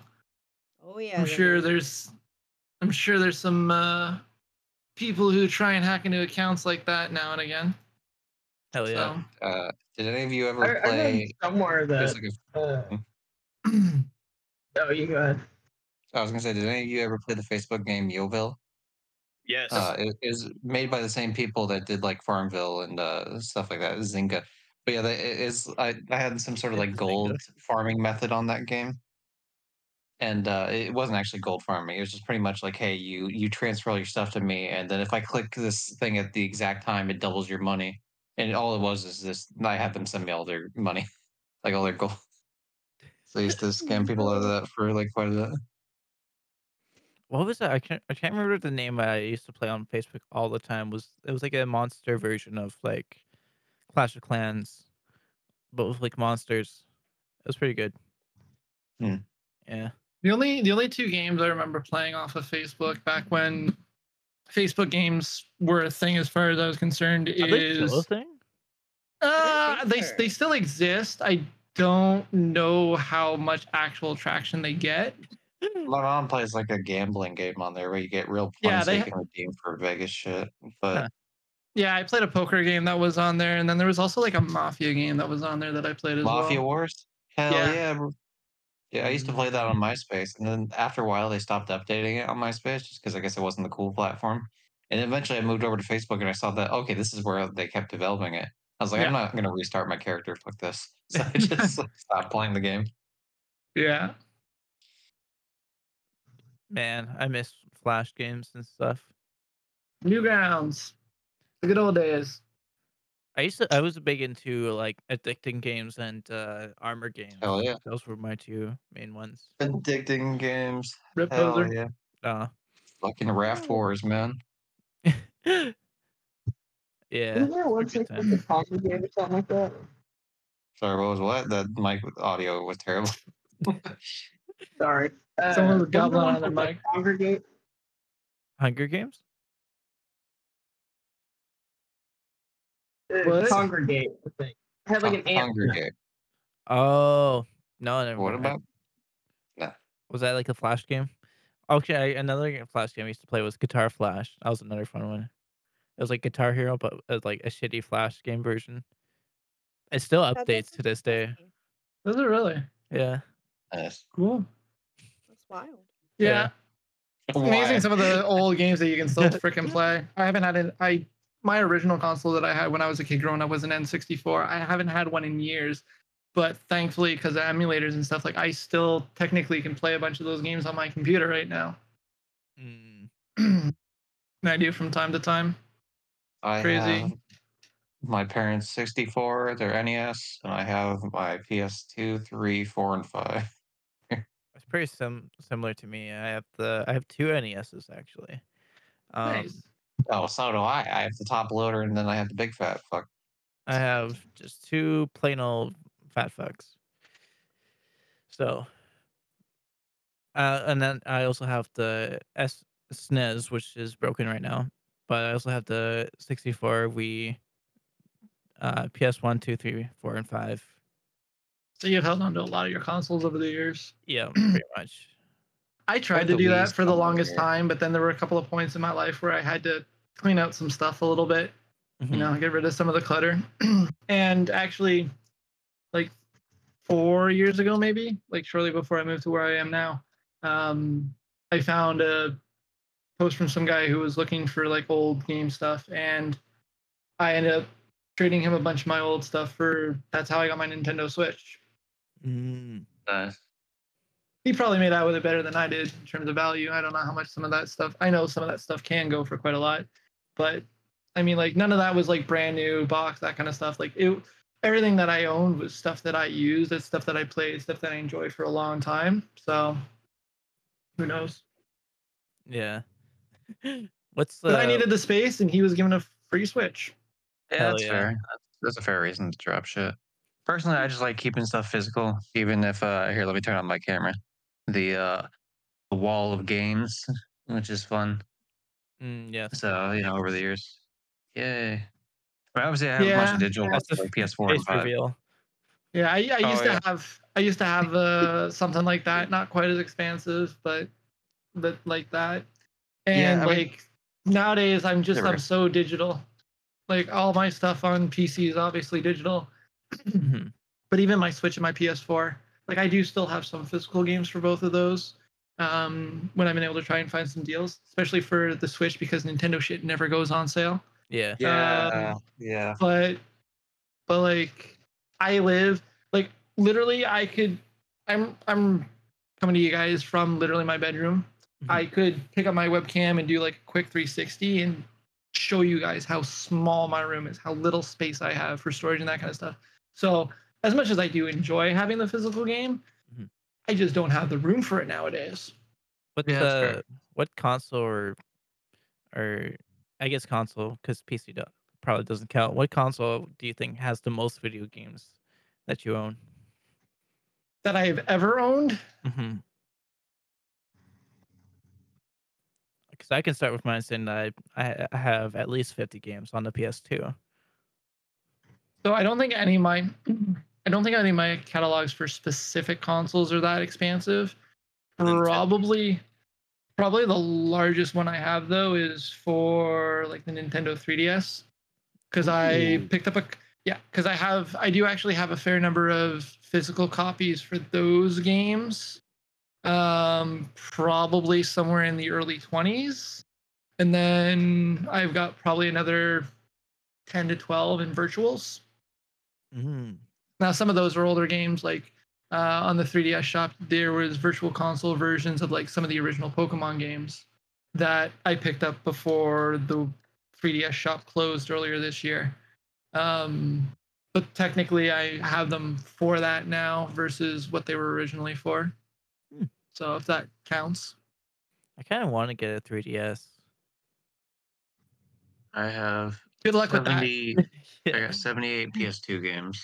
S4: Oh yeah.
S3: I'm
S4: there
S3: sure
S4: is.
S3: there's, I'm sure there's some uh, people who try and hack into accounts like that now and again.
S2: hell yeah.
S3: So.
S9: Uh, did any of you ever
S8: I, I read
S9: play?
S8: somewhere
S9: there's
S8: that.
S9: like a-
S8: Uh, oh, you go ahead.
S9: I was gonna say, did any of you ever play the Facebook game Yoville?
S7: Yes.
S9: Uh, it is made by the same people that did like Farmville and uh, stuff like that, Zynga. But yeah, that it is. I, I had some sort of like
S2: Zynga.
S9: gold farming method on that game, and uh, it wasn't actually gold farming. It was just pretty much like, hey, you you transfer all your stuff to me, and then if I click this thing at the exact time, it doubles your money. And all it was is this. I had them send me all their money, like all their gold. So I used to scam people out of that for like quite a bit.
S2: what was that? I can't I can't remember the name I used to play on Facebook all the time. Was it was like a monster version of like Clash of Clans, but with like monsters. It was pretty good.
S9: Hmm.
S2: Yeah.
S3: The only the only two games I remember playing off of Facebook back when Facebook games were a thing, as far as I was concerned,
S2: Are they still
S3: is
S2: a thing?
S3: Uh, they
S4: Sure.
S3: they still exist. I don't know how much actual traction they get.
S9: My mom plays like a gambling game on there where you get real points
S3: Yeah,
S9: that
S3: they
S9: you
S3: ha-
S9: can redeem for Vegas shit. But
S3: Yeah, I played a poker game that was on there, and then there was also like a mafia game that was on there that I played as
S9: Mafia
S3: well.
S9: Wars? Hell
S3: Yeah. Mm.
S9: yeah. bro. Yeah, I used to play that on MySpace. And then after a while, they stopped updating it on MySpace just because I guess it wasn't the cool platform. And eventually I moved over to Facebook and I saw that, okay, this is where they kept developing it. I was like,
S3: Yeah.
S9: I'm not going to restart my character. Fuck this. So I just like, stopped playing the game.
S3: Yeah,
S2: Man, I miss flash games and stuff.
S3: Newgrounds, the good old days.
S2: I used to I was big into like addicting games and uh
S9: Oh.
S2: armor games.
S9: Hell yeah.
S2: Those were my two main ones.
S9: Addicting games.
S3: Rip
S9: Hell
S3: poser.
S9: yeah.
S2: Uh
S9: Fucking Raft Wars, man.
S2: yeah.
S8: Isn't there a website called
S2: time.
S8: the Pocket Game or something like that?
S9: Sorry, what was what? That mic audio was terrible.
S8: Sorry. Uh,
S3: Someone
S8: wasn't
S3: with goblin
S8: there
S3: on their
S8: one called
S3: mic.
S8: the Pocket Game?
S2: Hunger Games?
S8: Uh,
S3: What?
S8: Congregate, I think. I had like an ant.
S9: Congregate.
S2: Oh no, never
S9: What
S2: mind.
S9: about
S2: was that like a flash game? Okay, another g- flash game I used to play was Guitar Flash. That was another fun one. It was like Guitar Hero, but it was like a shitty flash game version. It still
S4: That
S2: updates
S4: doesn't
S2: to this day.
S4: surprise me.
S3: Was it really
S2: Yeah.
S9: this?
S3: cool?
S4: That's wild.
S3: Yeah,
S2: Yeah.
S3: It's amazing
S9: Why?
S3: some of the old games that you can still freaking play. I haven't had an I my original console that I had when I was a kid growing up was an N64. I haven't had one in years, but thankfully because of emulators and stuff, like I still technically can play a bunch of those games on my computer right now.
S2: Mm.
S3: and I do from time to time.
S9: I
S3: Crazy.
S9: have my parents' 64, their NES, and I have my PS2, 3, 4, and 5.
S2: It's pretty sim- similar to me. I have the I have two NESs actually. Um,
S3: nice.
S9: Oh, so do I. I have the top loader and then I have the big fat fuck.
S2: I have just two plain old fat fucks. So, uh, and then I also have the S SNES, which is broken right now. But I also have the 64 Wii, uh, PS One, Two, Three, Four, and Five.
S3: So you've held on to a lot of your consoles over the years.
S2: Yeah, pretty much.
S3: I tried
S9: Like
S3: to
S9: the
S3: do
S9: Wii's
S3: that for the
S9: coming
S3: longest
S9: here.
S3: time, but then there were a couple of points in my life where I had to clean out some stuff a little bit you
S2: Mhm.
S3: know, get rid of some of the clutter. and actually, like four years ago, maybe, like shortly before I moved to where I am now, um, I found a post from some guy who was looking for like old game stuff. And I ended up trading him a bunch of my old stuff for that's how I got my Nintendo Switch.
S2: Mm.
S9: Nice.
S3: He probably made out with it better than I did in terms of value. I don't know how much some of that stuff. I know some of that stuff can go for quite a lot, but I mean, like none of that was like brand new box, that kind of stuff. Like it, everything that I owned was stuff that I used, it's stuff that I played, stuff that I enjoyed for a long time. So who knows?
S2: Yeah. What's the?
S3: but I needed the space, and he was given a free switch.
S9: Yeah,
S2: Hell
S9: that's
S2: yeah.
S9: fair. that's a fair reason to drop shit. Personally, I just like keeping stuff physical, even if uh here, let me turn on my camera. The uh the wall of games, which is fun.
S2: Mm, yes.
S9: So, you know, over the years. Yay. I mean, obviously I have a bunch
S3: Yeah,
S9: of digital
S3: yeah.
S9: ones, like PS4 and
S2: Face
S9: 5.
S2: reveal.
S3: Yeah, I, I used
S9: Oh,
S3: to
S9: yeah.
S3: have I used to have uh, something like that, not quite as expansive, but but like that. And
S9: I mean-
S3: like nowadays, I'm just
S9: Never.
S3: I'm so digital. Like all my stuff on PC is obviously digital,
S2: Mhm.
S3: but even my Switch and my PS4, like I do still have some physical games for both of those. Um, when I've been able to try and find some deals, especially for the Switch because Nintendo shit never goes on sale
S2: yeah.
S9: Yeah.
S3: Um,
S9: yeah.
S3: but but like I live like literally I could I'm I'm coming to you guys from literally my bedroom.
S2: Mhm.
S3: I could pick up my webcam and do like a quick 360 and show you guys how small my room is, how little space I have for storage and that kind of stuff. So as much as I do enjoy having the physical game,
S2: Mhm.
S3: I just don't have the room for it nowadays.
S2: What
S7: Yeah, that's fair.
S2: uh, what console or or I guess console because PC do, probably doesn't count. What console do you think has the most video games that you own?
S3: That I have ever owned.
S2: Mm-hmm. Because I can start with mine saying that I, I I have at least fifty games on the PS2.
S3: So I don't think any of my I don't think any of my catalogs for specific consoles are that expansive.
S5: Nintendo.
S3: Probably probably the largest one I have though is for like the Nintendo 3DS cuz I picked up a yeah, cuz I have I do actually have a fair number of physical copies for those games. Um probably somewhere in the early 20s. And then I've got probably another 10 to 12 in virtuals.
S7: Mm.
S2: Mm-hmm.
S3: Now, some of those were older games, like uh, on the 3DS shop, there was virtual console versions of like some of the original Pokemon games that I picked up before the 3DS shop closed earlier this year. Um, but technically, I have them for that now versus what they were originally for.
S2: Hmm.
S3: So if that counts,
S2: I kind of want to get a 3DS.
S9: I have
S3: good luck with that.
S9: 70, I got 78 PS2 games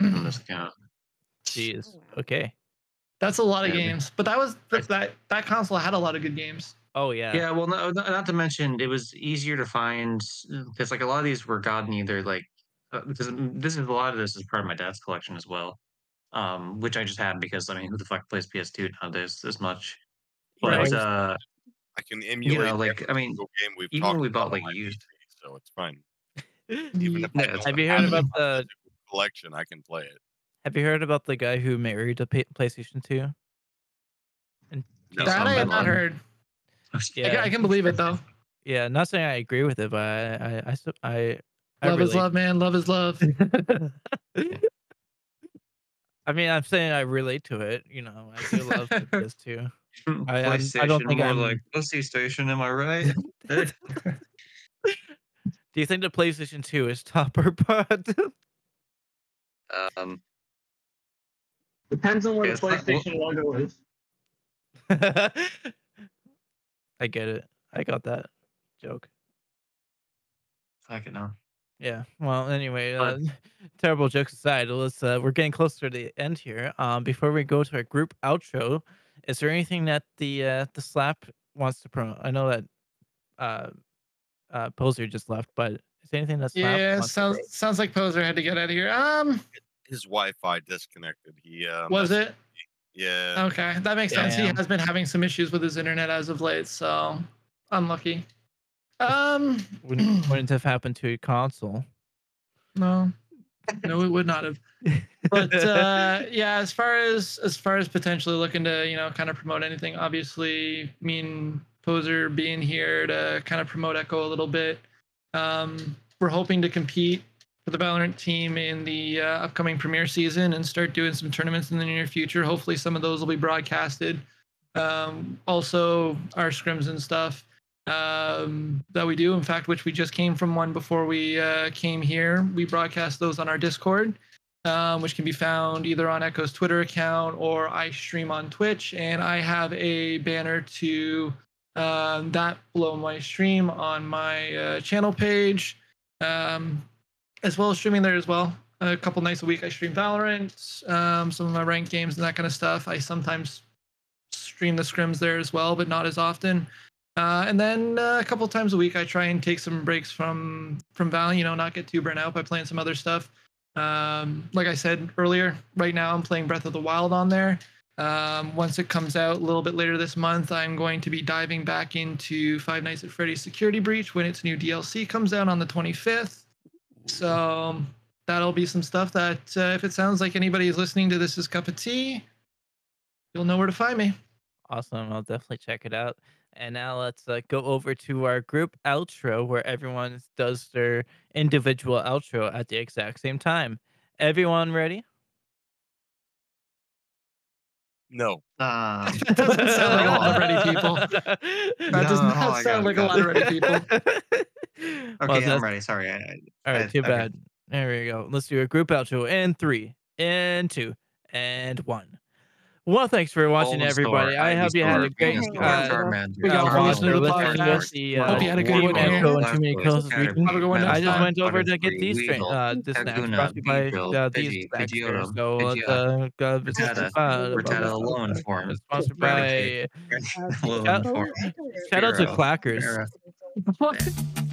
S9: on
S3: That's
S9: this count.
S2: Jeez.
S4: Oh, wow.
S2: Okay.
S3: a lot of
S9: Yeah.
S3: games, but that was that that console had a lot of good games.
S2: Oh yeah.
S9: Yeah, well, no, no- not to mention it was easier to find because like a lot of these were gotten either like uh, because mm, this is a lot of this is part of my dad's collection as well, um, which I just had because I mean who the fuck plays PS2 nowadays this much? But
S2: Right.
S9: uh,
S5: I can emulate.
S9: like,
S5: every
S9: I mean,
S5: single game we've
S9: even when
S5: talked
S9: we bought,
S5: about on
S9: like,
S5: my
S9: used- Mm-hmm.
S5: PC, so it's fine.
S3: Ye-
S5: If I
S9: Yeah,
S5: don't
S9: it's
S2: Have you heard
S5: it in
S2: about
S5: my
S2: the-
S5: physical collection? I can play it.
S2: Have you heard about the guy who married a pa- PlayStation 2?
S5: No,
S3: that I have not
S9: Something.
S3: heard. I can- I can believe it though.
S2: Yeah, not saying I agree with it, but I, I, I, sup- I, I
S3: Love is
S2: relate.
S3: love, man. Love is love.
S2: I mean, I'm saying I relate to it. You know, I do love the PS2. I- I'm- I don't
S9: PlayStation,
S2: think
S9: more
S2: I'm-
S9: like pussy station. Am I right?
S2: Do you think the PlayStation 2 is top or bottom?
S9: um,
S8: Depends on what
S9: Yeah,
S8: the
S9: it's not-
S8: PlayStation logo is.
S2: I get it. I got that joke.
S9: fuck it no.
S2: Yeah. Well, anyway, uh,
S9: Fun.
S2: terrible jokes aside, let's uh, we're getting closer to the end here. Um, before we go to our group outro, is there anything that the uh, the slap wants to promote? I know that uh, uh, Poser just left, but is there anything that's
S3: yeah, sounds sounds like Poser had to get out of here. Um,
S5: his Wi-Fi disconnected. He uh,
S3: was
S5: must-
S3: it?
S5: Yeah.
S9: Um,
S3: Okay, that makes sense. He
S2: Damn.
S3: has been having some issues with his internet as of late, so unlucky. Um,
S2: wouldn't, wouldn't have happened to your console?
S3: no, no, it would not have. But uh, yeah, as far as as far as potentially looking to you know kind of promote anything, obviously, me and Poser being here to kind of promote Echo a little bit. Um, we're hoping to compete for the Valorant team in the uh, upcoming Premier season and start doing some tournaments in the near future. Hopefully, some of those will be broadcasted. Um, also, our scrims and stuff um, that we do, in fact, which we just came from one before we uh, came here. We broadcast those on our Discord, um, which can be found either on Echo's Twitter account or I stream on Twitch. And I have a banner to um, that below my stream on my uh, channel page. Um, as well as streaming there as well. A couple nights a week, I stream Valorant, um, some of my ranked games and that kind of stuff. I sometimes stream the scrims there as well, but not as often. Uh, and then uh, a couple times a week, I try and take some breaks from from Valorant. You know, not get too burnt out by playing some other stuff. Um, like I said earlier, right now I'm playing Breath of the Wild on there. Um, once it comes out a little bit later this month, I'm going to be diving back into Five Nights at Freddy's Security Breach when its new DLC comes out on the 25th. So that'll be some stuff that, uh, if it sounds like anybody is listening to this is cup of tea, you'll know where to find me.
S2: Awesome. I'll definitely check it out. And now let's uh, go over to our group outro where everyone does their individual outro at the exact same time. Everyone ready?
S5: No.
S9: Uh,
S3: That doesn't sound like a lot of ready people. That does
S9: No,
S3: not
S9: oh my
S3: sound
S9: God,
S3: like a lot of ready people.
S9: okay,
S2: Well,
S9: I'm
S2: that's-
S9: ready. Sorry. I, I,
S2: All right,
S9: Yes,
S2: too
S9: okay.
S2: bad. There we go. Let's do a group outro in three, and two, and one. Well, thanks for watching,
S9: All the store,
S2: everybody. I
S9: ID
S2: hope you had
S9: store,
S2: a great
S9: Venus
S4: uh,
S9: store, Charmander,
S3: we got
S2: uh,
S9: Charmander,
S3: one
S2: watching
S3: store,
S2: and
S3: the
S2: listening to
S3: podcast.
S2: us, the, uh,
S3: Hope you had a good
S2: Warrior
S3: one, Aaron.
S2: Echo and Too Many Kills this
S9: Caterpie,
S2: weekend.
S3: Have a good one.
S2: I just
S9: Menace,
S2: went over to get
S9: Butterfree,
S2: these straight,
S9: Weevil,
S2: uh, this snack
S9: Kakuna,
S2: brought to you by
S9: Beedrill,
S2: uh, these
S9: Pidgey,
S2: snacks here.
S9: Pidgeotto,
S2: So let's uh,
S9: Pidgeotta,
S2: go visit
S9: Rattata,
S2: this, uh,
S9: Rattata
S2: uh,
S9: alone form,
S2: it's sponsored by
S9: Raticate,
S4: Uh,
S9: Alone
S2: Shout-
S9: form.
S4: Echo-
S2: shout out to
S9: Hero.
S2: Clackers.
S9: Era.
S3: What?